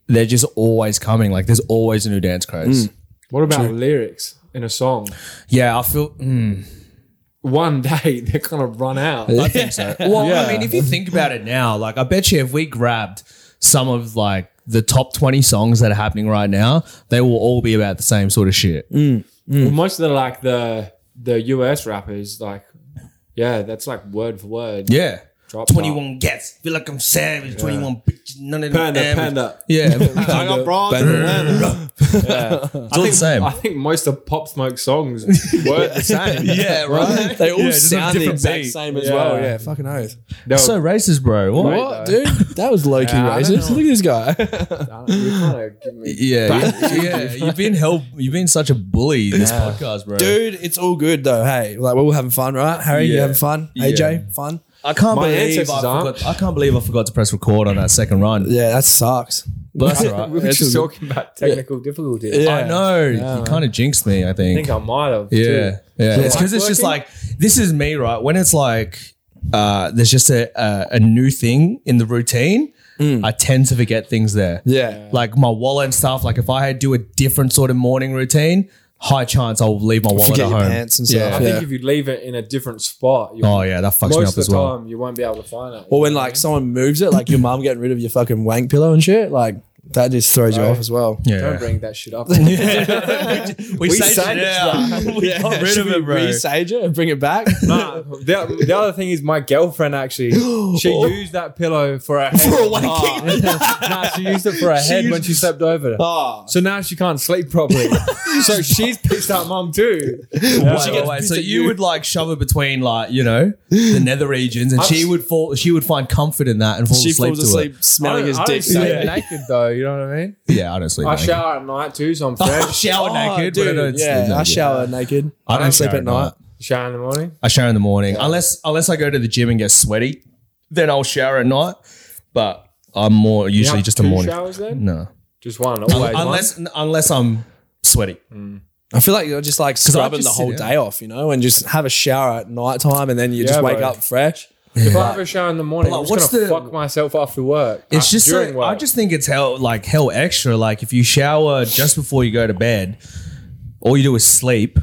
they're just always coming. Like there's always a new dance craze.
What about lyrics in a song?
Yeah, I feel. Mm,
One (laughs) day they're gonna run out.
I think so. Well, I mean, if you think about it now, like I bet you if we grabbed some of like the top 20 songs that are happening right now, they will all be about the same sort of shit.
Well, most of the like the the US rappers, like yeah, that's like word for word.
Yeah.
Drop
21 gets feel like I'm savage. 21 bitches, none of them.
Panda,
average.
panda.
Yeah,
(laughs) I got bronze. (laughs)
it's all the same.
I think most of Pop Smoke's
(laughs)
songs were the same. (laughs)
yeah, right.
They all
Yeah, just on a
sound the
different
exact
beat.
same as
Yeah.
well. Yeah, fucking oath.
They were-
So racist, bro. What?
What, dude? That was low key
Yeah, I don't
racist.
know.
Look at this guy.
I don't- you kinda give me-
Yeah, you- yeah. You've been held. You've been such a bully this podcast,
(laughs)
bro.
Dude, it's all good though. Hey, like we're all having fun, right? Harry, you
Yeah.
having fun? AJ, fun?
I can't
My
believe I
ancestors aren't.
forgot. I can't believe I forgot to press record on that second run.
Yeah, that sucks.
But that's all right.
We (laughs) were
That's
just
all
talking about technical difficulties.
Yeah.
I know. you kind of jinxed me, I
I
think.
think I might have.
yeah.
too.
Yeah. It's
Yeah.
because it's just
Working?
like, this is me, right? When it's like, uh, there's just a, a, a new thing in the routine,
Hmm.
I tend to forget things there.
Yeah.
Like my wallet and stuff. Like if I had to do a different sort of morning routine, high chance I'll leave my wallet
Forget
at
your
home.
pants and stuff.
Yeah.
I think if you leave it in a different spot, you
Oh yeah, that fucks me
most
up
of
as
the
well.
time you won't be able to find it.
Or when like someone moves it, like your mom getting rid of your fucking wank pillow and shit, like that just throws you
Right.
off as well.
don't
Yeah.
bring that shit up.
we saved
saved
it
it,
out. we got rid
Should
of
we
it, bro.
Resage it and bring it back.
(laughs) Nah, the, the other thing is my girlfriend actually she used that pillow for her head.
For a wanking.
Oh. (laughs) nah, she used it for her head when she slept over.
(laughs) (laughs) Oh.
So now she can't sleep properly. so she's pissed at mum too.
Wait, wait, wait, So you would like shove it between like you know
(laughs)
the nether regions, and
I've
she
s-
would fall. She would find comfort in that and fall
She
asleep
falls
to
asleep smelling his
I don't
dick.
sleep
Yeah.
naked though. You know what I mean?
it. Yeah, I don't sleep.
I
naked.
shower at night too, so I'm
(laughs) I
fresh.
shower
Oh,
naked, but I
dude,
don't
yeah,
sleep.
I
naked.
shower naked.
I don't
sleep
shower
at night.
shower in the morning.
I shower in the morning unless unless I go to the gym and get sweaty, then I'll shower at night. But I'm more
You
usually
have
just a
two
morning.
Showers then?
No,
Just one. Always one.
unless unless I'm sweaty.
I feel like you're just like scrubbing
just
the whole
sit down.
day off, you know, and just have a shower at night time and then you just
Yeah,
wake
bro.
up fresh.
If I have a shower in the morning,
But
I'm
like,
just gonna
what's the-
fuck myself after work.
It's
Uh,
just
during
like,
work.
I just think it's hell like hell extra. Like if you shower just before you go to bed, all you do is sleep,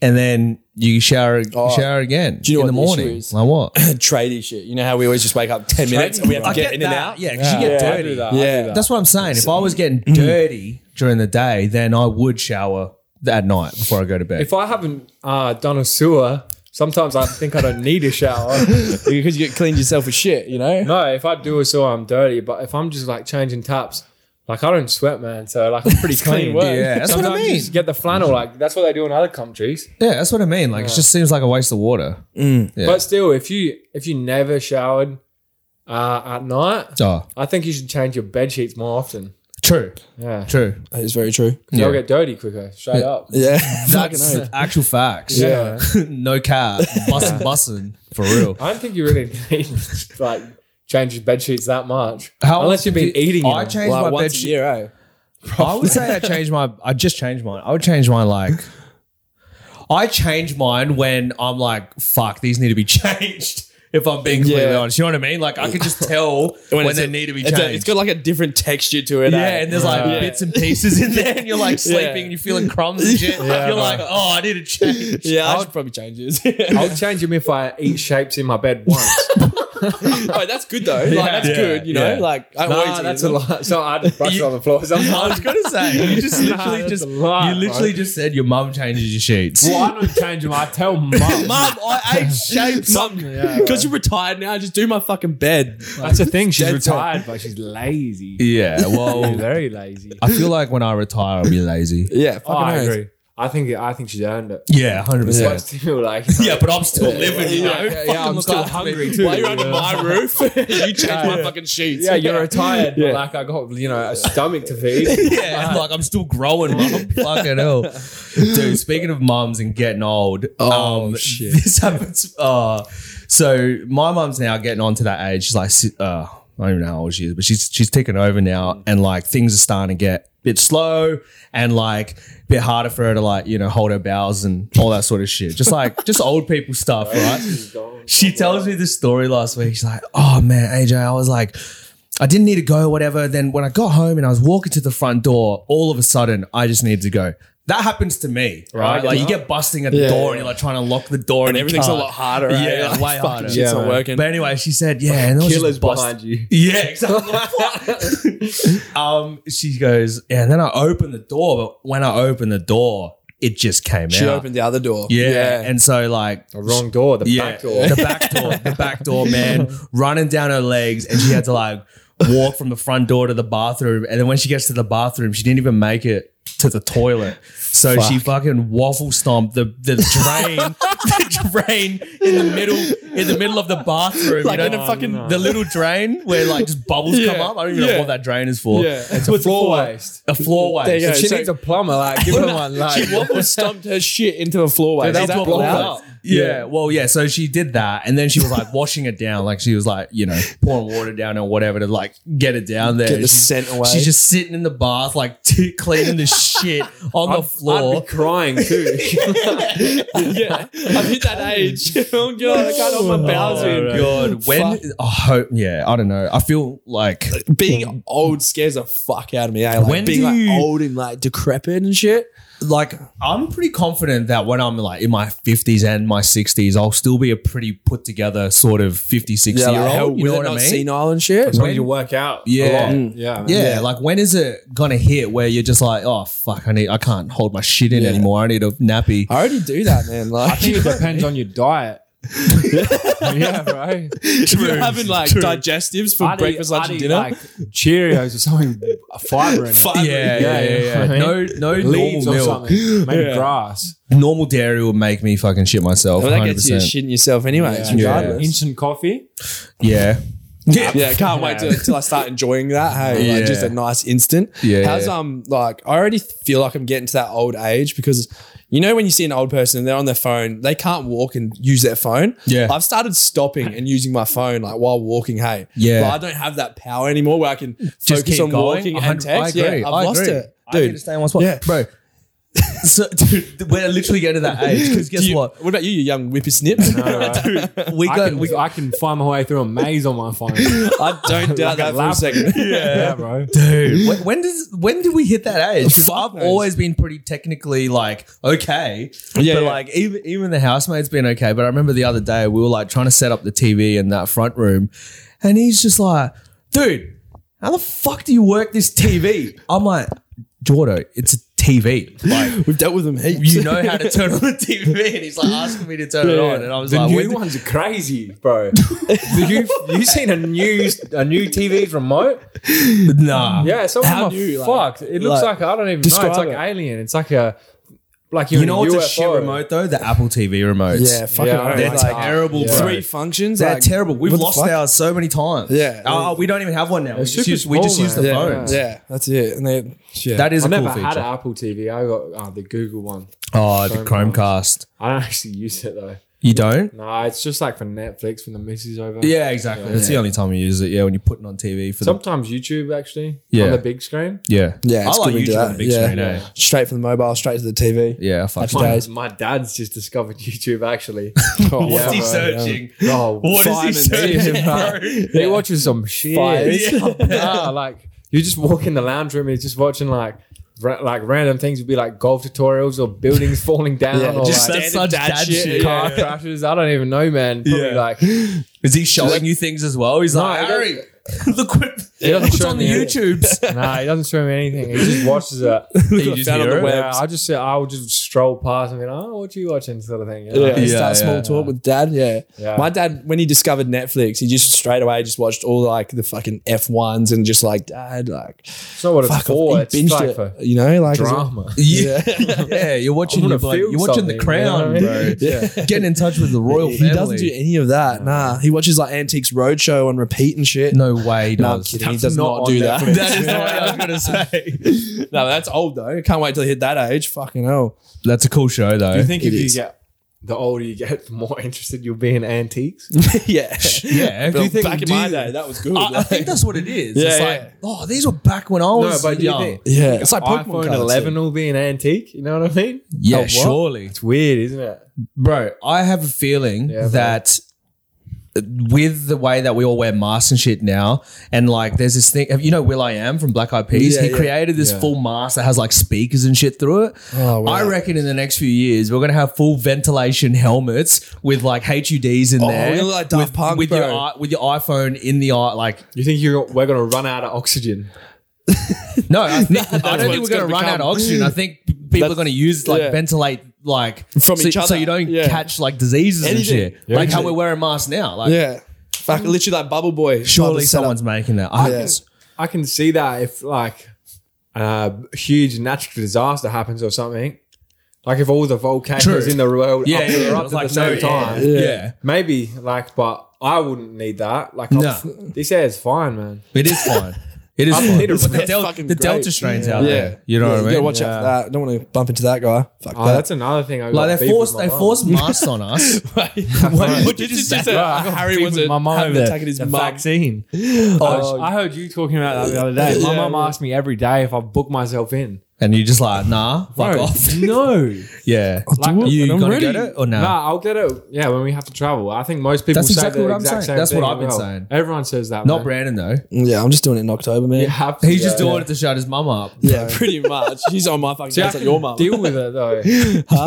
and then you shower
Oh.
shower again
you know
in the
what the issue
morning.
is?
Like what?
Tradie shit. You know how we always just wake up 10 minutes and we have to
I
get,
get
in and
that.
out?
Yeah, 'cause you get
yeah, I
dirty.
do that. I
Yeah.
do that.
That's what I'm saying. If I was getting dirty during the day, then I would shower at night before I go to bed.
If I haven't uh, done a sewer, sometimes I think I don't need a
(laughs)
shower.
(laughs) Because you get cleaned yourself with shit, you know?
no, if I do a sewer, I'm dirty. But if I'm just like changing taps, like I don't sweat, man. So like I'm pretty clean.
clean work.
Yeah, that's what I
Sometimes you
mean.
just get the flannel. Like that's what they do in other countries.
yeah, that's what I mean. Like it just seems like a waste of water. Yeah.
But still, if you if you never showered uh, at night,
Oh,
I think you should change your bed sheets more often.
true,
Yeah,
true.
That is very true. (laughs)
they'll
Yeah.
get dirty quicker. Straight up.
Yeah. Fucking
That's
oath.
(laughs) actual facts.
Yeah.
(laughs) no cap, bussin' bussin' for real.
I don't think you really (laughs) need like change your bed sheets that much. Unless you've
often
been
do-
eating.
I
them.
change
Like
my bed
once a
sheet.
year, eh?
(laughs) I would say I change my. I just change mine. I would change mine like. I change mine when I'm like, fuck, these need to be (laughs) changed. If I'm being completely
Yeah.
honest, you know what I mean. Like I could just tell (laughs) when,
it's
they
a-
need to be
it's
changed.
a- it's got like a different texture to it.
yeah,
eh?
and there's like
Yeah.
bits and pieces in there, and you're (laughs) like sleeping
Yeah.
and you're feeling crumbs and shit. You're like, oh, I need to change.
yeah, I should probably change this.
I'll change them if I eat shapes in my bed (laughs) once.
oh, that's good though. Like, that's
Yeah.
good, you know?
Yeah.
Like, I always
nah,
eat
that's a
them.
lot. So I'd brush it on the
(laughs)
floor
I
sometimes.
was gonna
(laughs)
say, you just
(laughs) Nah,
literally
that's
just
a lot,
you literally
bro.
just said your mum changes your sheets.
well, I don't change them. I
(laughs)
tell mum.
Mum, I
(laughs)
ate shapes. (laughs) Because you're retired now, just do my fucking bed.
That's the thing. She's
That's it.
retired, but she's lazy.
Yeah,
She's
well,
very lazy.
I feel like when I retire, I'll be lazy.
Yeah, fucking
Oh, I
oath.
agree. I think I think she's earned it.
(laughs) Yeah, hundred
But
percent.
still, like,
(laughs) Yeah, but I'm still living, you know.
yeah, yeah,
Fucking
I'm
look
still
after me.
hungry too.
While you're under
Yeah.
my
(laughs)
roof, you change my
Yeah.
fucking sheets.
yeah, you're retired, but
Yeah.
like I got you know a stomach to
(laughs)
feed.
Yeah, I'm like I'm still growing,
(laughs)
mum. Fucking hell, dude. Speaking of mums and getting old,
Oh,
um,
shit.
this happens. Uh, so my mum's now getting on to that age. She's like, si- uh, I don't even know how old she is, but she's she's ticking over now, and like things are starting to get a bit slow and like a bit harder for her to like you know hold her bowels and all that sort of shit. Just like just old people stuff, right? She tells me this story last week. She's like, "Oh man, AJ, I was like, I didn't need to go, or whatever." Then when I got home and I was walking to the front door, all of a sudden, I just needed to go. That happens to me, right?
Right.
like you get busting at the
Yeah.
door and you're like trying to lock the door and,
And
you
everything's a
can't.
lot harder. eh?
Yeah,
Like,
way
fucking
harder.
shit's
Yeah,
not
man.
working.
But anyway, she said, "Yeah," and I was
Killers
just bust-
behind you.
(laughs) Yeah, exactly. um, she goes, and then I opened the door, but when I opened the door, it just came
She
out.
opened the other door.
yeah.
(laughs)
and so like
The wrong door, the
yeah,
back door.
The back door. The back
(laughs)
door, man, running down her legs, and she had to like walk from the front door to the bathroom. And then when she gets to the bathroom, she didn't
(laughs)
even make it to the toilet. So she fucking waffle stomped the, the drain the drain in the middle in the middle of the bathroom.
Like
you
in
know?
a fucking-
the little drain where like just bubbles
Yeah,
come up. I don't even know
yeah.
what that drain is for.
Yeah,
it's
a floor waste.
A floor waste.
There you go.
She
So-
needs a plumber. Like, (laughs) give her one. Like,
She wobbled, stumped her shit into the eh? floorway. Is
Dude, that's
that
what
Well,
blocked
allowed?
Wow.
Yeah. well, yeah. So she did that, and then she was like washing it down, like she was like you know pouring water down or whatever to like get it down there.
Get the
She-
scent away.
She's just sitting in the bath, like t- cleaning the shit on the
I'd
floor.
be crying too.
(laughs) yeah. I've hit that age. (laughs) oh god, I can't hold my bowels in.
Oh, God, when I hope, yeah, I don't know. I feel like
Being old scares the fuck out of me. Eh? Like
When
being
do
like
you-
old and like decrepit and shit.
like I'm pretty confident that when I'm like in my 50s and my 60s, I'll still be a pretty put together sort of 50, 60
Yeah,
year
like, how
old. You
will
know
it
what I
not
mean?
senile and shit?
As long as you work out. a
Yeah.
lot.
Mm.
Yeah. man.
Yeah, like when is it gonna hit where you're just like, oh fuck, I need, I can't hold my shit in
Yeah.
anymore. I need a nappy.
I already do that, man.
I
Like (laughs)
think it depends on your diet. yeah, bro.
if you're having like digestives for
I'd eat-
breakfast, lunch,
I'd
and
eat,
dinner. (laughs)
Like Cheerios or something, fiber in it.
Fiber.
Yeah, yeah,
Yeah,
yeah.
you know
yeah.
what I
No, no
leaves
normal
or
milk.
something, maybe
Yeah.
grass.
Normal dairy would make me fucking shit myself.
Well, that
Hundred
gets you
percent.
shitting yourself anyways,
Yeah.
regardless.
Instant coffee.
Yeah,
Yeah, I can't wait till, till I start enjoying that. Hey,
Yeah.
like just a nice instant.
Yeah.
How's um like I already feel like I'm getting to that old age because you know when you see an old person and they're on their phone, they can't walk and use their phone.
Yeah.
I've started stopping and using my phone like while walking. Hey,
Yeah.
Like, I don't have that power anymore where I can focus
keep
on
going.
walking and
100
text.
I agree.
Yeah, I've
I
lost
agree.
it,
I need to
dude.
stay in one spot,
Yeah.
bro. (laughs) So, dude, we're literally getting
(laughs)
to that age. Because guess
Do you-
what?
What about you, you young
(laughs)
whippersnip? Dude, (laughs)
We
I
go.
can,
we,
I can find my way through a maze on my phone. yeah,
I don't doubt that for a
(laughs)
second.
(laughs)
bro.
dude, when, when does when do we hit that age? Because
Fuck
I've
knows.
always been pretty technically like okay,
Yeah,
But
yeah.
like even even the housemate's been okay. But I remember the other day we were like trying to set up the TV in that front room, and he's just like, dude, how the fuck do you work this TV? I'm like, Jordo, it's a TV. Like
We've dealt with them heaps.
you know how to turn on the TV, and he's like asking me to turn it on, and I was
The
like,
new
when did-
ones are crazy, bro. you you seen a new a new TV remote?
nah.
Yeah, some
How
of them
new,
are
like-
fucked. It looks
like-
like, I don't even know.
Describe
It's like
it.
alien. It's like a like you're
You know what's
UFO.
a shit remote though? The Apple TV remotes.
Yeah, fucking.
Yeah, I
I don't
they're
like
that.
that.
terrible,
Yeah.
bro.
three functions.
They're
like-
terrible. We've
what the
lost
fuck?
ours so many times.
Yeah.
Oh, we don't even have one now. We
It's
just
super
use, we just
small,
use the
man.
Yeah,
phones.
Yeah, that's it. And they, yeah.
That is
I
a cool
never had an
feature.
Apple TV. I got uh, the Google one.
Oh, the Chromecast.
I don't (laughs) actually use it though.
You don't?
Nah, it's just like for Netflix when the missus over.
Yeah, exactly. That's the only time you use it. Yeah, when you're putting on TV for the
Sometimes YouTube actually
Yeah.
on the big screen.
yeah.
Yeah,
I
it's
like
good we do
YouTube on the
that.
big
Yeah.
screen. eh?
straight from the mobile, straight to the TV.
Yeah, I fuck
Actually,
it.
that- Guys.
My, my dad's just discovered (laughs) YouTube
(laughs)
actually.
Oh,
What's he
searching?
(laughs) Oh,
(laughs)
He watches some shit.
Fires.
(laughs) Nah, like you just walk in the lounge room and he's just watching like ra- like random things would be like golf tutorials or (laughs) buildings falling down
Yeah,
or
just
like
That's
standard
such
dad
dad
shit.
shit.
car crashes. I don't even know, man. Probably
Yeah.
like he
Is he showing you things as well? He's
No,
like,
I
Harry, (laughs) look what
doesn't
what's
show
on the
me
YouTubes.
(laughs) nah, he doesn't show me anything. He just watches (laughs) it.
You
what I
just
found on
hear
the
it?
web.
Yeah, I just I would just stroll past and be like, oh, what you watching, sort of thing. you know?
Yeah,
Yeah,
start small
yeah.
talk with dad. Yeah.
Yeah.
my dad when he discovered Netflix, he just straight away just watched all like the fucking F ones and just like dad, like
It's not what it's
fuck,
for.
off.
It's
he binged
like
it,
for
you know, like
drama.
Yeah.
(laughs) Yeah,
(laughs)
Yeah, you're watching your
I wanna
blood.
feel
You're watching the
something, you know
crown,
what I
bro.
mean?
Yeah.
Getting in touch with the royal
he
family.
doesn't do any of that. Nah, he watches like Antiques Roadshow on repeat and shit.
no way, he
No, I'm
does.
kidding. He does
That's not
not,
on
do that.
(laughs)
Netflix.
That is what I was gonna say.
(laughs) no, that's old though. Can't wait till he hit that age. Fucking hell.
(laughs)
(laughs)
That's a cool show, though.
You think
It
if you
is.
get the older you get, the more (laughs) interested you'll be in antiques.
yeah.
yeah,
But
do you think?
back in
do
my
you-
day, that was good.
(laughs) I, I
like-
think that's what it is.
Yeah,
it's
yeah.
like, oh, these were back when I was
but do you
young.
think-
yeah. It's like Pokemon
iPhone
cards,
11 will be an antique. You know what I mean?
yeah,
what?
surely,
It's weird, isn't it?
Oh, bro. I have a feeling
Yeah, bro.
that with the way that we all wear masks and shit now, and like, there's this thing. You know, Will I Am from Black Eyed Peas.
Yeah,
he
yeah.
created this
Yeah.
full mask that has like speakers and shit through it.
Oh, wow.
I reckon in the next few years we're gonna have full ventilation helmets with like HUDs in
Oh,
there.
we look like Daft
with,
Punk,
with
bro.
your i- with your iPhone in the eye, like
You think you're, we're going to run out of oxygen?
No,
(laughs)
I, think, I
what
don't think we're
it's
going to
gonna
run out of
become.
oxygen. I think people are
That's-
going to use like
yeah.
ventilate like
From
so,
each
so
other.
you don't
Yeah.
catch like diseases and
Anything.
shit.
Yeah.
like how
Anything.
we're wearing masks now. Like
Yeah. Fuck, literally like Bubble Boy.
surely
type of setup.
someone's making that. I,
Yeah.
I can see that if like a huge natural disaster happens or something, Like if all the volcanoes
True.
in the world
Yeah,
up-
yeah,
were
yeah.
up at
Like,
the
no
same
air.
time,
Yeah.
maybe like, but I wouldn't need that. Like,
No.
I'll- this air is fine, man.
It is fine. It is
I'm
fine.
literally-
But the, Del-
fucking
the
great.
Delta strains out
Yeah.
there. You know
Yeah,
what I
you
mean?
gotta watch out for that. don't want to bump into that guy. Fuck
Oh,
that.
that's another thing. I got
like they
beef with
forced
my
they
mum.
forced masks
(laughs)
on us.
(laughs)
What- what did you say?
Harry was a my mum
having
the-
attack at his
the
mum.
vaccine.
(laughs) Oh,
I heard you talking about that the other day. My
Yeah.
mum asked me every day if I booked myself in.
And you just like, nah, fuck
Bro,
off. (laughs)
no.
Yeah.
Like,
it.
You
I'm
gonna
ready.
get it or no?
Nah, I'll get it. Yeah, when we have to travel, I think most people.
That's
say
exactly
the
what I'm
exact
saying.
same
That's what
thing
I've been
as well.
saying.
Everyone says that.
Not
man.
Brandon though.
Yeah, I'm just doing it in October, man.
(laughs) You
Yeah,
have to-
He's just
yeah.
doing it to shut his mum up.
(laughs) pretty much. He's on my fucking
See, I
case
can
like your mum.
Deal with it though.
(laughs)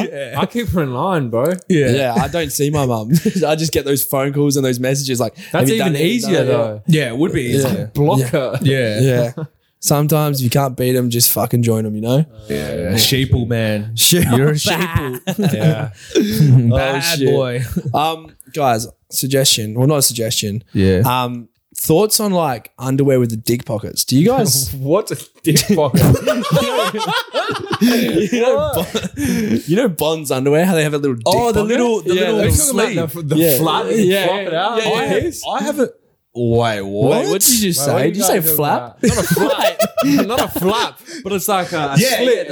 Yeah.
I keep her in line, bro.
Yeah.
Yeah, I don't see my mum. (laughs) I just get those phone calls and those messages like
That's
"Have you done
even
it? Have you
easier
done it?"
though.
Yeah, it would be easier.
(laughs) Block
Yeah.
her.
Yeah. Yeah.
Yeah. (laughs) Sometimes if you can't beat them, just fucking join them, you know?
(laughs) Sheeple man. You're a sheeple.
Yeah.
Bad
shit.
boy.
(laughs) Um, guys, suggestion. Well, not a suggestion.
Yeah.
Um, thoughts on like underwear with the dick pockets. Do you
(laughs)
guys
(laughs) What a dick pocket.
(laughs)
you know, Bon- (laughs) you know Bond's underwear, how they have a little dick
Oh, the
pocket?
little- the
yeah,
little
those-
sl- sleeve.
the, the
Yeah.
flat and
Yeah,
flop it
yeah,
out.
yeah,
Oh,
I,
yeah.
have, I haven't. Wait, what?
Wait, what did you just
Wait, what
say? Did you say
guys
flap?
doing with that? (laughs) Not a flap. Not a flap, but it's like a
Yeah.
slit.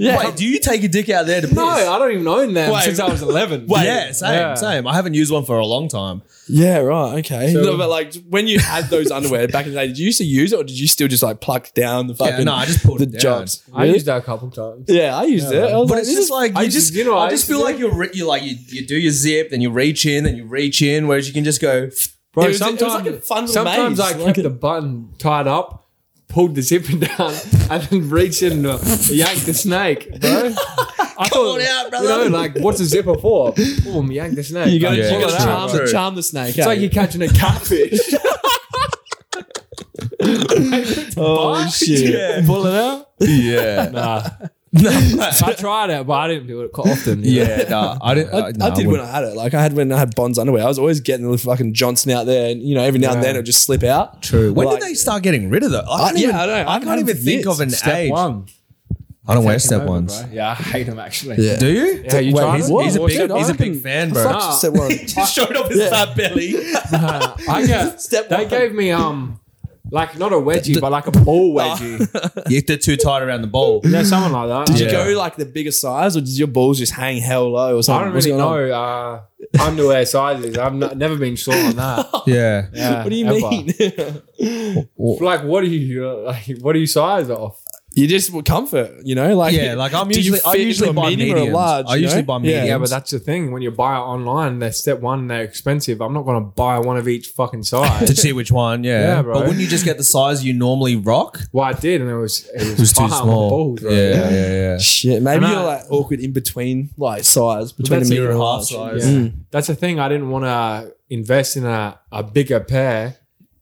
Yeah.
Wait, do you take a dick out there to piss?
No, I don't even own
(laughs)
them
Wait.
since I was 11.
yeah, same,
Yeah.
same. I haven't used one for a long time.
(laughs) Yeah, right. Okay.
So-
no, but like when you had those underwear back in the day, did you used to use it or did you still just like pluck down the fucking
Yeah, no, I just pulled
the
it down.
jobs?
I used that a couple times.
Yeah, I used it. I was
But
like,
it's
this
just
is-
like you
I
just,
just- you know,
I
I
just
used
feel
to
like
do
you're, re- you like you, you do your zip, then you reach in, then you reach in. Whereas you can just go.
Bro,
It was- it was
sometimes,
like a fun little
sometimes
maze,
I kept
like a-
the button tied up, pulled the zipper down, (laughs) and then reached in and uh, yanked the snake, bro. (laughs) I
on out,
You know,
brother.
like, what's a zipper for? Boom, yank the snake.
you gotta,
Yeah.
you
Pull
gotta
it
true,
out.
charm,
true.
the, charm the snake.
It's like you're catching a catfish.
(laughs)
oh shit.
(laughs) Pull it out.
Yeah,
Nah. I tried it, but I didn't do it quite often. you know?
(laughs) yeah. No, I didn't.
I, I did when I had it. Like I had when I had Bond's underwear. I was always getting the fucking Johnson out there, and you know, every now and then it would just slip out.
True. When
Like-
did they start getting rid of that? I
I-
can't
yeah,
even,
I don't- I
I
haven't
can't
had
even
it for
think of
years.
an
Step
age.
one.
I don't wear
Take
step
him over,
ones.
bro. Yeah, I hate them actually.
Yeah.
Do you?
Yeah, you
Wait,
tried
he's,
it?
he's a
Whoa,
big,
dude, I
he's a big
reckon-
fan,
Fuck,
bro. (laughs)
Nah.
step one.
Just showed off his fat
(laughs)
belly.
Nah, I get,
Uh, (laughs) Step
they
one.
gave me um like not a wedgie, but like a
(laughs)
ball
Oh.
wedgie.
you, they're too tight around the bowl.
yeah, something like that.
Did
Yeah.
you go like the bigger size, or did your balls just hang hell low or
I
something?
don't
What's
really
going on?
know uh, underwear sizes. I've not, never been short
(laughs)
on that.
(laughs) Yeah.
Yeah,
What do you
ever.
mean?
(laughs)
(laughs)
Like, what do you like? What do you size off?
you just well, comfort, you know, like
Yeah, like I'm
do you
usually I
fit
usually
into a
buy
medium or a
mediums.
large,
I
you
usually
know?
buy
Yeah.
mediums.
Yeah, but that's the thing. When you buy it online, they're step one. They're expensive. I'm not going to buy one of each fucking
to (laughs)
size.
see which one, yeah.
Yeah, bro.
But wouldn't you just get the size you normally rock?
well, I did, and it was it was,
It was too
fine with
small.
balls,
yeah,
right?
yeah, yeah.
shit. Maybe
And I-
you're like awkward in between, like size between a
that's
medium
even
and a
half
large.
size.
Yeah. That's the thing. I didn't want to invest in a, a bigger pair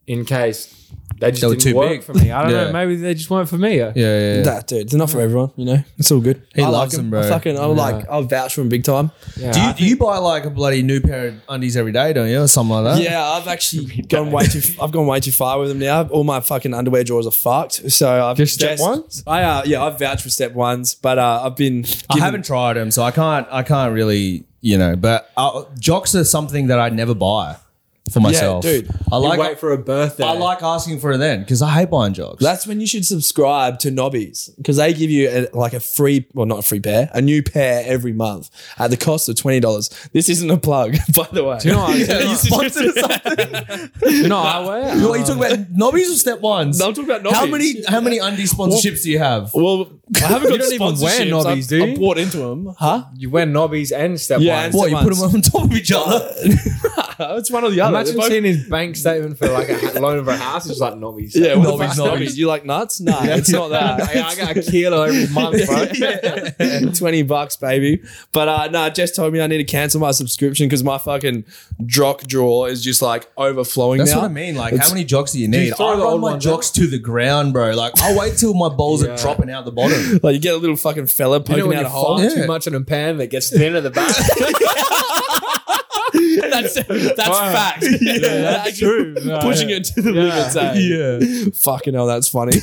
in case they just
They were
didn't
too
work
big.
for me. I don't
Yeah.
know. Maybe they just weren't for me. Yeah.
Yeah, yeah, yeah.
That dude, they're not for everyone, you know. It's all good.
He
I
loves
like 'em.
them, bro.
I fucking, I'm like, I'll vouch for him big time.
do
I
you, do you buy like a bloody new pair of undies every day, don't you, or something like that?
Yeah, I've actually gone way too. I've gone way too far with them now. All my fucking underwear drawers are fucked. So I've
Just step ones?
I uh, yeah, I've vouched for step ones, but uh, I've been.
I
given-
haven't tried them, so I can't. I can't really, you know. But uh, jocks are something that I never buy for myself,
dude.
I
You
like.
wait for a birthday.
I
(laughs)
like asking for it then because I hate buying jocks.
That's when you should subscribe to Nobbies because they give you a, like a free, well, not a free pair, a new pair every month at the cost of twenty dollars. This isn't a plug, (laughs) by the way.
Do you know what?
Yeah,
Do
(laughs)
you
you
know-
sponsored or something?
you know what I wear?
you, you talking
(laughs)
about nobbies or step ones?
No, I'm talking about Nobbies.
how many? How many undie sponsorships do you have?
Well, I haven't
You
got
don't even wear
sponsorships.
Nobbies,
I've-
do you?
I'm bought into them, huh?
You wear knobbies and step
Yeah, and-
ones.
What you put them on top of each other?
(laughs) it's one or the other.
Imagine
They're both-
seeing his bank statement for like a ha- loan of a house. It's like knobbies. (laughs)
Yeah,
Hey,
what
(laughs) Nobbies,
the fuck's
nobbies.
nobbies? You like nuts? Nah, it's not
(laughs)
that.
I got a
(laughs)
kilo every month, bro.
(laughs)
(laughs)
Twenty bucks, baby. But uh no, Jess told me I need to cancel my subscription because my fucking jock drawer is just like overflowing
That's
now.
what I mean. Like, how many jocks do you need?
throw
I
the
run
old
my
ones out?
jocks to the ground, bro. Like, I wait till my
(laughs)
balls are
Yeah.
dropping out the bottom.
Like you get a little fucking fella
You
poking (laughs)
know when
out
you
a hole.
fold
hole. (laughs)
too
Yeah.
much in a pan that gets thin at the back?
That's that's fact.
Yeah, (laughs)
that's true. Pushing it to the limit. Zane.
yeah.
eh? Fucking hell, that's funny.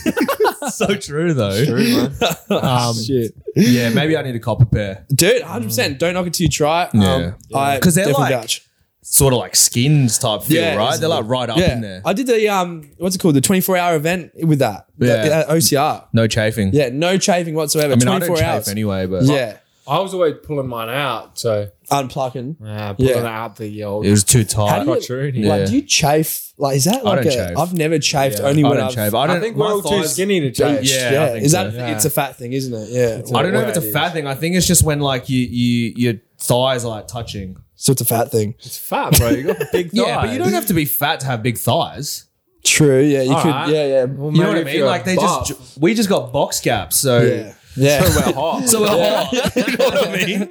so true though. (laughs) Um,
Shit.
yeah, maybe I need a copper pair.
Dude, 100%. Don't knock it till you try it.
Mm.
Um,
Yeah.
I
'Cause they're
definitely
like-
vouch.
Sort of like skins type feel,
Yeah,
right?
it's-
They're like right up in
Yeah.
there.
I did the, um, what's it called? The 24 hour event with that.
Yeah.
Yeah. OCR.
No chafing.
Yeah. No chafing whatsoever.
I mean, I
24
don't chafe
hours.
anyway, but
Yeah.
I was always pulling mine out, so
Unplucking.
uh, pulling
Yeah.
out the old
it was too
How
tight.
do you-
Cotcherini.
Yeah.
Like, do you chafe? Like, is that
I
like
don't
a?
chafe.
have never chafed.
Yeah.
Only
I
when
don't
I've.
chafe. I don't.
I think
my
we're all too
thighs-
skinny to change.
Yeah, I
Yeah,
think
is
so.
that? It's a fat thing, isn't it? Yeah.
I don't know if it's
Yeah,
a
it
fat
is.
thing. I think it's just when like you you your thighs are like touching.
So it's a fat thing.
It's fat, bro. You got
(laughs)
big thighs.
Yeah, but you don't have to be fat to have big thighs.
True. Yeah. You could.
Alright.
Yeah. Yeah.
Well,
You
maybe
know what I
if
mean?
you're
Like they
buff.
just we just got box gaps, so
Yeah.
(laughs)
Yeah.
We're hot.
so we're hot. (laughs) you know what I mean?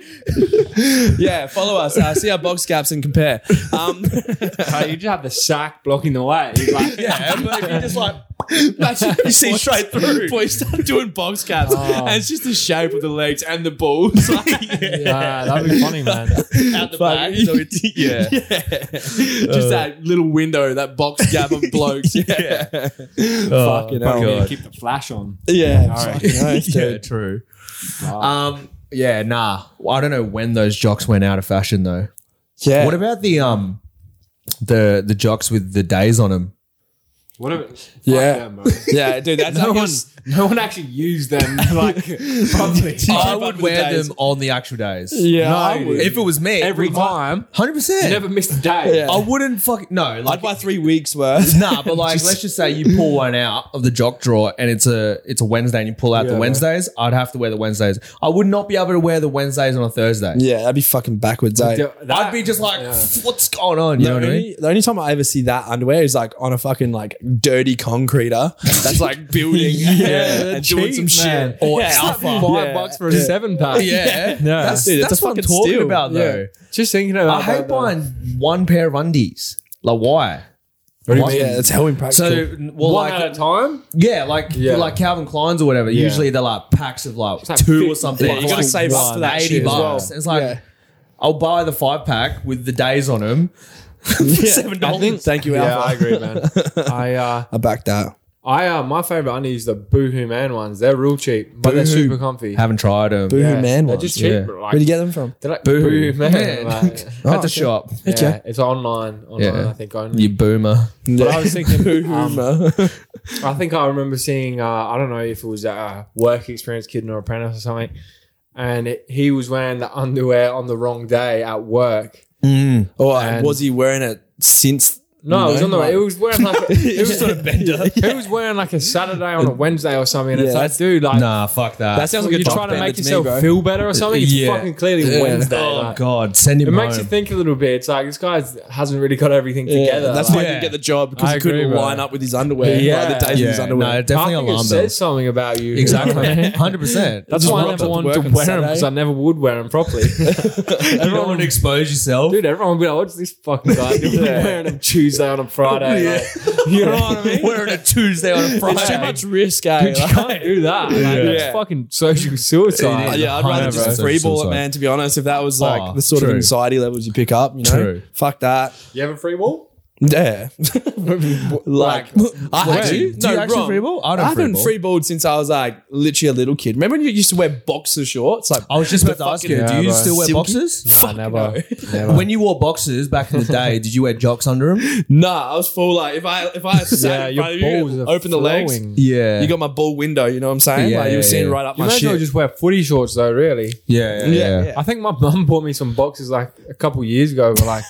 (laughs) yeah. Follow us. Uh, see our box gaps and compare. Um,
Hey, you just have the sack blocking the way. You're like,
Yeah, but if you just (laughs) like
Imagine-
(laughs)
(laughs)
you see straight through.
Boy, start doing box caps, and it's just the shape of the legs and the balls. Like,
"Ah, that'd be funny, man.
out
(laughs)
the back. So it's,
Yeah.
Uh.
just that little window, that box gap of
(laughs)
blokes. yeah.
Fucking
hell.
Probably need to keep the flash on.
Oh, yeah.
right.
fucking nice,
Yeah,
dude.
true. Um, yeah, nah. I don't know when those jocks went out of fashion though.
Yeah.
What about the um the the jocks with the days on them?
What if
Yeah.
Yeah, bro.
yeah, dude. That's
no
like
one,
just-
no one actually used them like properly
I
keep up with
would
the
wear
days?
them on the actual days.
Yeah.
No,
I would.
If it was me,
every time.
hundred
You
percent.
never missed a day.
Yeah.
I wouldn't fucking no. Like
I'd buy three weeks (laughs) worth.
(laughs) Nah, but like, let's just say you pull one out of the jock drawer and it's a it's a Wednesday and you pull out the Wednesdays. I'd have to wear the Wednesdays. I would not be able to wear the Wednesdays on a Thursday.
Yeah, that'd be fucking backwards.
(laughs)
eh?
Do- that-
I'd be just like,
Yeah.
what's going on? You know what
the,
I
only,
mean?
the only time I ever see that underwear is like on a fucking like dirty concreter that's like (laughs) building
(laughs)
Yeah,
and doing some
cheap, man.
shit or
Yeah.
alpha.
five
Yeah.
bucks for a seven
(laughs)
pack.
Yeah, that's,
Dude, it's
that's
a
what I'm
fucking
talking
steal.
about though.
Just thinking about
I hate
that, though.
buying one pair of undies. Like why?
What do you mean? Yeah, that's how
So
impractical.
well,
one
like
at a time.
yeah, like
Yeah.
like Calvin Klein's or whatever. Usually they're like packs of like,
like
two or
50
something.
Yeah, you gotta
Like,
save up for that
eighty
shit as well.
bucks. It's like
Yeah.
I'll buy the five pack with the days on them. Seven
I think-
Thank you,
Yeah,
Alpha.
I agree, man. I uh,
I backed out.
I uh, my favorite undies the Boohoo Man ones. They're real cheap, but they're
Boohoo.
super comfy.
Haven't tried them.
Boohoo
Yeah,
man
they're
ones.
just cheap.
yeah.
bro,
Where'd you
Like,
get them from?
they're like
Boohoo.
Boohoo
Man.
Man. like,
At
okay.
the shop,
yeah, it's online. Online,
Yeah.
I think only.
you boomer.
But I
(laughs)
was thinking, um,
Boomer.
I think I remember seeing. Uh, I don't know if it was a work experience kid or apprentice or something, and it, he was wearing the underwear on the wrong day at work.
or
And-
Oh, was he wearing it since?
No, it was
No,
on the.
like-
it was
(laughs)
wearing like. A, it was
a (laughs) bender.
He was wearing like a Saturday on a Wednesday or something. And
Yeah,
it's like,
that's-
dude, like
Nah, fuck that.
That sounds like a
you're
drop
trying to
band
make
to me,
yourself
bro.
feel better or something. It's
Yeah.
fucking clearly
Yeah.
Wednesday.
oh
like,
god, send him
It
home.
makes you think a little bit. It's like this guy hasn't really got everything together.
that's
like,
why he
Yeah.
didn't get the job because
I
he couldn't
agree, bro.
line up with his underwear. Yeah,
Yeah.
the days
yeah,
of his underwear.
No,
I think
definitely alarm
it
bells.
says something about you. (laughs)
Exactly, hundred percent.
That's
Just
(laughs) why I
rocked
never
up to
wanted to
work on
wear them
Saturday.
because I never would wear them (laughs) properly.
You don't want to expose yourself.
Dude, everyone would be like, what's this fucking guy doing? Wearing them Tuesday on a Friday. like, you know what (laughs) I mean?
Wearing a Tuesday on a
It's too
Friday.
much risk, eh? (laughs)
You
Like-
can't do that. Like, That's fucking social suicide.
It is.
yeah, I'd rather just
100%
free ball it,
suicide.
man. To be honest, if that was like
Oh,
the sort
true.
of anxiety levels you pick up, you know,
True.
fuck that.
You have a free ball?
Yeah, (laughs) like I actually,
Do
no,
you actually
wrong.
free ball? I don't
I
free
haven't
ball.
free balled since I was like literally a little kid. Remember when you used to wear boxer shorts? Like
I
(laughs)
was just about to ask you, do
Yeah,
you
bro.
still wear
Silky?
boxes?
Nah, (laughs) never. never.
When you wore boxes back in (laughs) the day, did you wear jocks under them?
nah, I was full. Like if I if I
yeah,
sat in
your
front of you,
balls are
open the legs,
flowing.
(laughs) Yeah.
you got my ball window. You know what I'm saying?
Yeah,
like you were
yeah,
seeing
yeah.
right up
You
my
might as well
(laughs) shit.
just wear footy shorts though, really.
yeah,
Yeah,
yeah, yeah.
yeah.
I think my (laughs) mum bought me some boxes like a couple years ago, but (laughs) like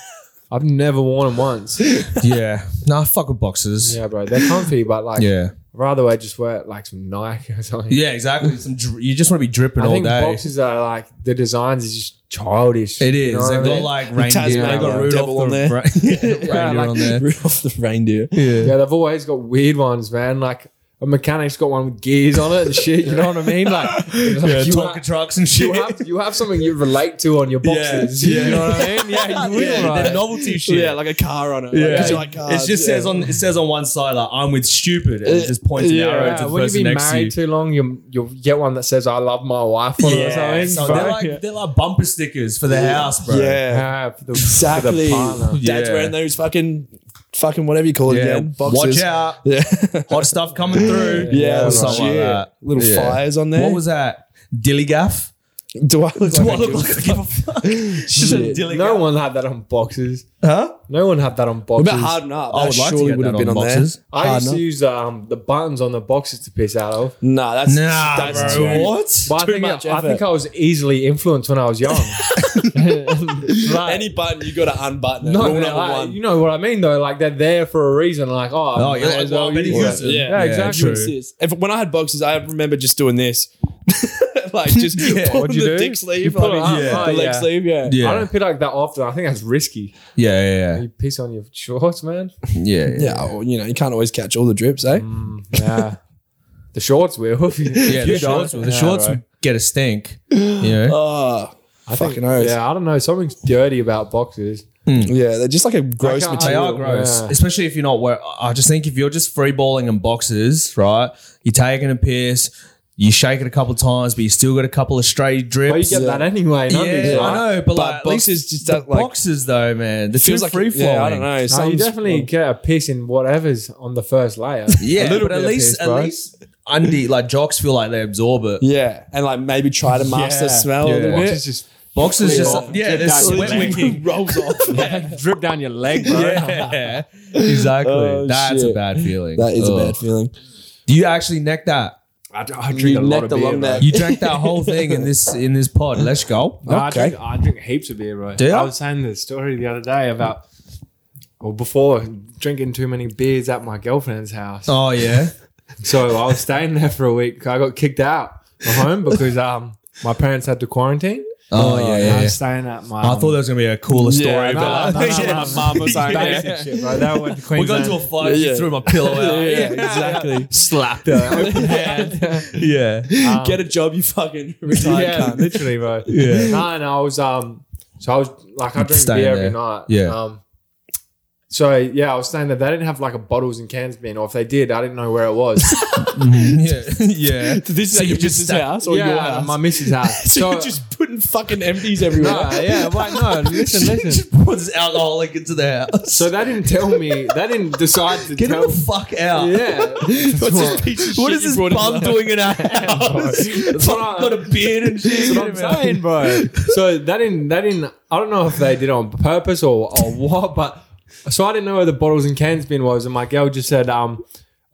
I've never worn them once.
Yeah. Nah, fuck with boxes. Yeah.
Yeah, bro, they're comfy, but like
Yeah,
rather I just wear like some Nike or something.
exactly. Some dr- you just want to be dripping
I
all
think
day.
boxes are like the designs is just childish.
it
you
is.
know what I
They've got
mean?
like
Tasman
reindeer. They've got
devil
Rudolph
on
the
there.
Ra- yeah,
Yeah,
(laughs) reindeer
like-
on there.
Rudolph the reindeer.
Yeah.
yeah, they've always got weird ones, man. Like a mechanic's got one with gears on it and shit. You know what I mean? Like, it's
(laughs)
like,
Yeah,
you,
Tonka
ha-
trucks and (laughs)
you
shit.
have you have something you relate to on
(laughs)
your boxes.
Yeah, yeah.
You know what I mean? Yeah, you will.
(laughs) yeah,
right?
the novelty shit.
Yeah, like a car on it.
Yeah.
Like, 'cause you like uh, "Oh,
it
cars.
just says on it says on one side like I'm with stupid and it just points an
Yeah,
arrow to
Yeah,
the
when you've
person
been
next to you.
married too long, you you'll get one that says "I love my wife" on
Yeah,
it or
so
something.
they're like
Yeah.
they're like bumper stickers for the house, bro.
Yeah.
Ah, for the- for the
Exactly.
(laughs)
partner.
Dad's
Yeah.
wearing those fucking, fucking whatever you call it
Yeah,
again. Boxes.
watch out,
(laughs) Yeah.
hot stuff coming through.
yeah.
or something like
shit.
that.
Little
Yeah.
fires on there.
What was that? Dillygaff.
(laughs) Do I look like
Do I
a
look
goof?
like I give a fuck? She's a
Shit.
dilly
No
gaff.
one had that on boxes.
Huh?
No one had that on
What
boxes.
about harden up?
I would like to
surely
get that
would've
on boxes.
I used
Harden
to
up?
use um, the buttons on the boxes to piss out of.
Nah, that's
Nah,
that's
bro.
too-
What?
But
Too
I think,
much
I, I think
effort.
I was easily influenced when I
(laughs)
was young. (laughs) Like,
Any button you got to unbutton. it.
no,
Rule
they're
number
like-
one.
you know what I mean though. Like they're there for a reason. Like oh,
Oh,
I
yeah,
might
like,
as
well, I bet he
use
uses
it.
it.
Yeah.
Yeah, exactly.
true.
This. If, when I had boxes, I remember just doing this. (laughs) like
(laughs)
just
Yeah.
pulling
What'd you
the
do?
dick sleeve,
You pull it
like,
up.
Yeah.
the
Oh,
leg
yeah.
sleeve, yeah.
Yeah.
I don't pee like that often. I think that's risky.
Yeah, yeah, yeah.
You piss on your
(laughs)
shorts, man.
yeah, yeah.
Yeah, well, you know, you can't always catch all the drips, eh?
Mm. Yeah. the shorts will. (laughs)
Yeah, the shorts, the shorts would get a stink. You know?
Oh,
I
fucking
think,
oath. Mm.
Yeah, I don't know. Something's dirty about boxes.
Yeah, they're just like a gross
can't-
They
material.
are gross,
Yeah.
especially if you're not wear. I just think if you're just freeballing in boxes, right? You're taking a piss, you shake it a couple of times, but you still got a couple of stray
Well, you
drips.
get that anyway.
yeah,
don't you?
I know, but,
But
like at least
boxes just don't,
the
like-
boxes though, man. The feels
Feels
like
like
free flowing.
Yeah, I don't know.
No, you
Some's-
definitely get a piss in whatever's on the first layer.
Yeah,
a little
but
bit
at
of
least
piss,
at
bro.
least undie like jocks feel like they absorb it.
Yeah, and like maybe try to master smell a little bit.
Boxes just
Boxes just yeah, they're
down your
sweat
leg.
(laughs)
wicking.
Rolls off.
drip down your leg, bro.
(laughs) Yeah, exactly.
Oh,
That's a
shit.
bad feeling.
That is a bad
Ugh.
(laughs)
feeling. (laughs)
Do you actually neck that?
I, I
You necked the long neck.
You drank that whole thing in this in this pod.
(laughs)
Let's go.
No, I,
Okay.
drink, I drink heaps of beer, bro.
Do ya?
I was saying the story the other day about, well, before drinking too many beers at my girlfriend's house.
Oh yeah.
So I was staying there for a week. I got kicked out of home because um my parents had to quarantine.
(laughs) Oh, yeah,
And
yeah,
I
yeah.
was staying at my.
I thought that was gonna be a cooler story,
Yeah,
but
no,
(laughs)
no, no, no,
my mum was like,
basic shit, bro. That went
we
to
got
Queensland.
into a fight.
Yeah,
She
yeah.
threw my pillow out. yeah, (laughs)
exactly.
Slapped her. (laughs) yeah. (laughs)
Um,
Get a job, you fucking retired
yeah,
(laughs) cunt.
literally, bro.
Yeah.
No, no, I was um, so I was like, I drink
Staying
beer
there.
every night.
Yeah.
Um, so yeah, I was saying that they didn't have like a bottles and cans bin, or if they did, I didn't know where it was.
Yeah. yeah. (laughs)
This is
So
at
you
your
just
missus'
stack- (laughs)
house or
yeah,
your house?
my missus house.
so
(laughs) So
you're (laughs) just putting fucking empties everywhere.
no, yeah, wait, no, (laughs) listen, listen.
Just puts alcoholic into the house.
So they didn't tell me. They didn't decide to
Get him
tell.
the fuck out.
yeah,
What's
(laughs)
this (laughs) piece of
What
shit
is
you
this
brought in the- (laughs)
bum doing in (laughs) our house?
that's what I-
Got a beard and shit.
That's what I'm saying, bro. So that didn't, that didn't, I don't know if they did it on purpose or, or what, but so I didn't know where the bottles and cans bin was. And my girl just said, um,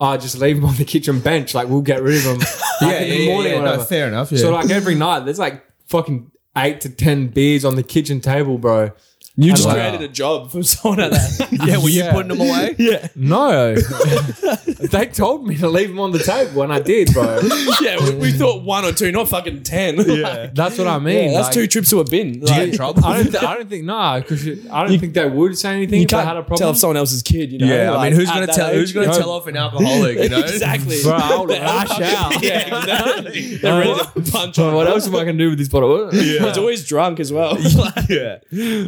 I just leave them on the kitchen bench. Like, we'll get rid of them.
Yeah,
like,
yeah, (laughs)
in
yeah,
the morning
yeah,
or
no,
whatever.
fair enough. Yeah.
So, like, every night, there's like fucking eight to 10 beers on the kitchen table, bro.
You just
Wow.
created a job for someone at that.
yeah, were you
Yeah.
putting them (laughs) away?
yeah.
No. (laughs) they told me to leave them on the table, and I did, bro.
Yeah, we, we thought one or two, not fucking ten. (laughs) Yeah.
That's what I mean.
yeah, that's
like-
two trips to a bin.
You
Like,
in trouble? (laughs)
I don't, th- I don't think, nah, because I don't think they would say anything
you
if I had a
can't
problem.
tell if someone else's kid, you know?
Yeah, I
like,
mean, who's
at
gonna
that
tell? Who's
age,
gonna
you know? (laughs)
tell off an alcoholic? (laughs) You know,
Exactly.
Bro,
(laughs)
I'll lash out.
Yeah, exactly. They're ready (laughs) to punch
(laughs)
on.
What else am I going to do with this bottle?
He's always drunk as well. (laughs)
Yeah,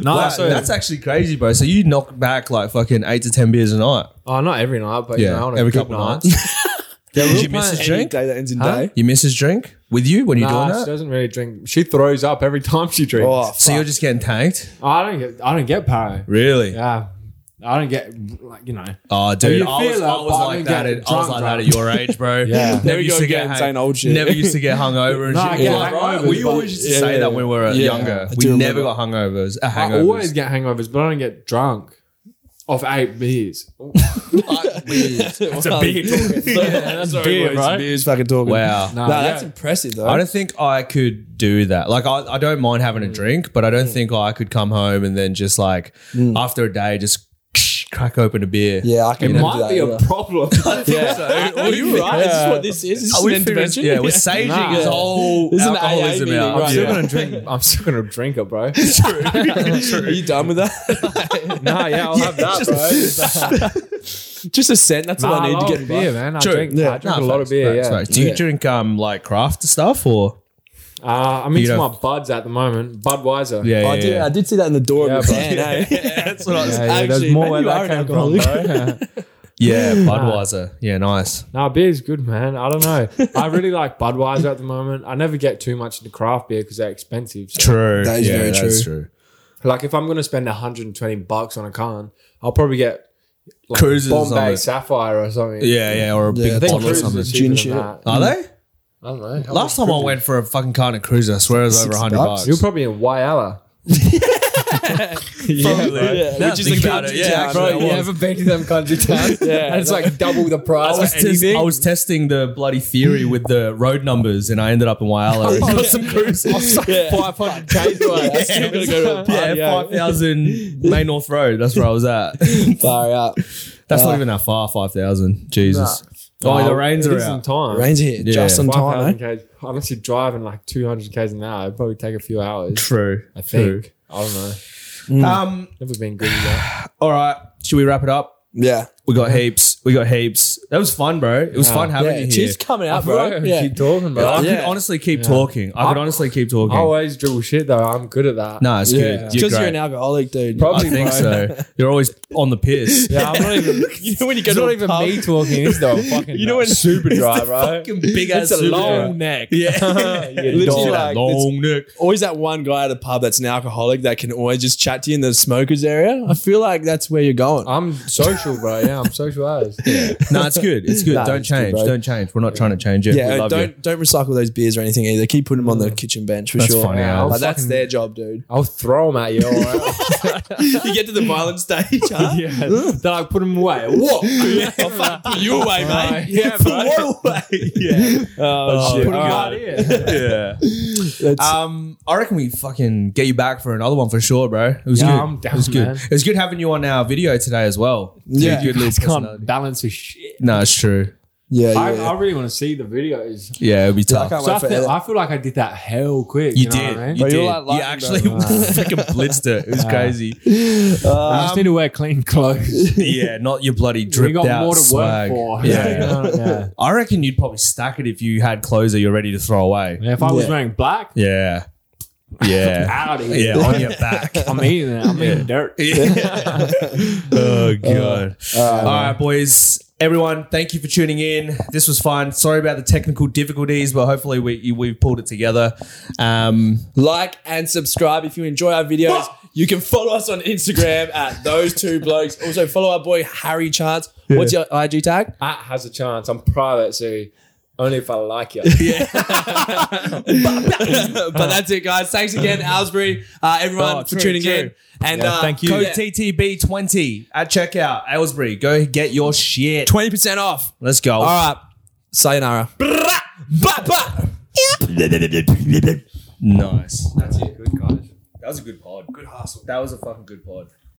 No,
Wow,
so,
that's actually crazy, bro. So you knock back like fucking eight to ten beers a night.
oh, not every night, but you
Yeah,
know, on a
every
good
couple
night.
nights.
yeah,
Did
we were
you miss
playing-
his drink?
Day that ends in
Huh?
day.
You miss his drink with you when you're
Nah, she
doing that.
doesn't really drink. She throws up every (laughs) time she drinks.
Oh,
So you're just getting tanked.
I don't get. I don't get paro.
Really?
Yeah, I don't get like you know.
Oh, dude,
you
I
feel
was,
that,
I was
but I
like
don't
that. At,
get
I was
drunk,
like
bro.
that at your age, bro.
Yeah.
never
we
used
go
to get
again,
hang-
saying old shit.
Never used to get hungover and
No,
shit.
I get
Yeah, right?
hangovers,
We
but-
always used to
Yeah,
say
yeah,
that when we were
yeah.
younger.
I
We
do
never
remember.
got hungovers. Uh,
I
hangovers.
always get hangovers, but I don't get drunk off eight beers.
It's a
(laughs)
(laughs) beer.
that's beer, right?
Beer's fucking talking.
wow.
No,
No, that's
yeah.
impressive though.
I don't think I could do that. Like, I, I don't mind having a
Mm.
drink, but I don't think I could come home and then just like after a day just crack open a beer.
Mm. yeah, I can
it
never
might be
do
a (laughs)
that.
(laughs)
problem.
yeah. (laughs)
So,
Are you right? Is this
Yeah.
what this is? Is this
Are
an
we finished?
intervention?
Yeah,
(laughs)
we're saging
Nah.
his whole
This is an AA
alcoholism
meeting,
out.
I'm still
Yeah.
gonna drink. I'm still gonna drink it,
(laughs)
bro.
(laughs) Are you done with that? (laughs)
(laughs)
nah, yeah, I'll have that, bro.
just a cent. That's all I need to get
beer, man. I
True.
drink,
Yeah.
I drink a lot of beer. yeah.
Do you drink um like craft stuff or?
Uh, I'm into
You
my
don't-
buds at the moment. Budweiser.
Yeah,
I did. I did see that in the door
Yeah,
of
bro.
your van. eh? (laughs)
That's what I was.
Yeah, yeah,
Actually,
there's more
man,
where
you are
that
an
came from, bro. (laughs)
Yeah, Budweiser. Yeah, nice.
no, beer's good, man. I don't know. I really like Budweiser at the moment. I never get too much into craft beer because they're expensive. So,
True.
That is
yeah,
very
that's true.
like, if I'm going to spend 120 bucks on a can, I'll probably get like
Cruisers on
Bombay
it.
Sapphire or something.
Yeah, yeah, or a
Yeah, I
big
think
bottle or
cruisers
something.
is- Mm.
cheaper
Gin
than
shit.
that.
Are they?
I don't know. How
Last
much
time I went for a fucking kind of cruiser, I swear it was over
Six
hundred
bucks?
bucks.
You're probably in Wyala.
yeah,
(laughs)
bro.
Yeah,
Now
which
I
is
think
a
about
good
it. Yeah,
town, bro.
actually, I was.
ever been to them country towns? (laughs)
Yeah,
And it's like double the price.
I was,
for
test-
anything.
I was testing the bloody theory with the road numbers, and I ended up in Wyala. and got some cruisers.
Five hundred k (laughs) to us.
Still gotta go to a party,
(laughs) yeah,
yeah.
five thousand Main North Road. That's where I was at.
Far out.
That's not even that far. Five thousand. Jesus. Oh, the rains
It
are
is in
out.
time.
Rain's here
Yeah.
just on time.
5,000
eh?
k's. Unless you're driving like 200 k's an hour, it'd probably take a few hours.
True.
I think. I don't know.
Um.
Never been good at that.
All right. Should we wrap it up?
Yeah,
We got heaps. We got heaps. That was fun, bro. It was fun having
yeah.
you here.
She's coming out,
Bro,
bro. Yeah.
keep talking, bro.
I
I
could
Yeah.
honestly keep talking. I could
I-
honestly keep talking.
always dribble shit though. I'm good at that.
no, it's
Yeah.
good. You're
Because
great.
you're an alcoholic, dude.
I
Probably,
think
bro.
so. You're always on the piss.
Yeah, I'm not even.
(laughs) you know when you go
It's
to
not
a
even
pub-
me talking.
(laughs)
It's the fucking
You know when-
super dry, bro. (laughs)
Fucking big ass
It's a
super
long
dog.
neck.
(laughs)
(laughs)
Yeah.
You
Literally,
dog.
like, it's
long neck.
always that one guy at a pub that's an alcoholic that can always just chat to you in the smokers area. I feel like that's where you're going.
I'm social, bro. (laughs) Yeah, I'm social as.
No, it's good. It's good.
Nah,
don't
it's good,
change.
bro.
Don't change. We're not trying to change it. we
yeah,
love
don't
you. Mm.
don't recycle those beers or anything either. Keep putting them on the kitchen bench for
That's
sure.
funny.
Yeah,
Al.
I'll
Like, that's
fucking-
their job, dude.
I'll throw them at you. All
(laughs)
right?
you get to the violent
(laughs)
stage, huh?
yeah. (laughs) Then I put them away. What?
I'll fucking put you away, mate.
(laughs)
(laughs)
yeah,
What
(laughs)
away? Yeah. Oh,
shit.
Put 'em
All
away.
right.
(laughs)
Yeah.
That's-
Um, I reckon we fucking get you back for another one for sure, bro. It was
Yeah,
good.
I'm down,
it was good.
man.
It's good having you on our video today as well.
Yeah.
Good- good
(laughs)
little personality.
balance of shit.
No, it's true.
yeah, yeah,
I,
yeah.
I really want to see the videos.
Yeah, it'd be
I
tough.
can't
So I,
wait for
feel,
that.
I feel like I did that hell quick.
You
know
did.
what I mean?
You
Bro, you're
did.
like
you
lightning,
actually (laughs)
bro.
freaking blitzed it. It was crazy.
You just need to wear
(laughs)
clean (laughs) clothes.
Yeah, not your bloody
we
dripped
got
out
more to
swag.
work for.
Yeah.
(laughs) You know, yeah.
I reckon you'd probably stack it if you had clothes that you're ready to throw away.
And if I was
Yeah.
wearing black,
Yeah.
(laughs)
Yeah.
out of here.
yeah, on your back.
(laughs)
(laughs)
I'm eating it. I'm eating dirt. (laughs)
oh god.
Uh,
All right, boys. Everyone, thank you for tuning in. This was fun. Sorry about the technical difficulties, but hopefully we we pulled it together. Um,
like and subscribe if you enjoy our videos. You can follow us on Instagram at those two blokes. Also follow our boy Harry Chance. What's your IG tag?
That has a chance. I'm private, so only if I like
(laughs)
you.
but that's it, guys. Thanks again, Alsbury. Uh, everyone
Uh, Oh,
for
true,
tuning
true.
in. And uh,
thank you.
code
Code
TTB20 at checkout. Aylesbury, go get your shit.
twenty percent off.
Let's go.
All right. Sayonara.
Nice. That's it. Good guys. That was a good pod. Good hustle. That was a fucking good pod.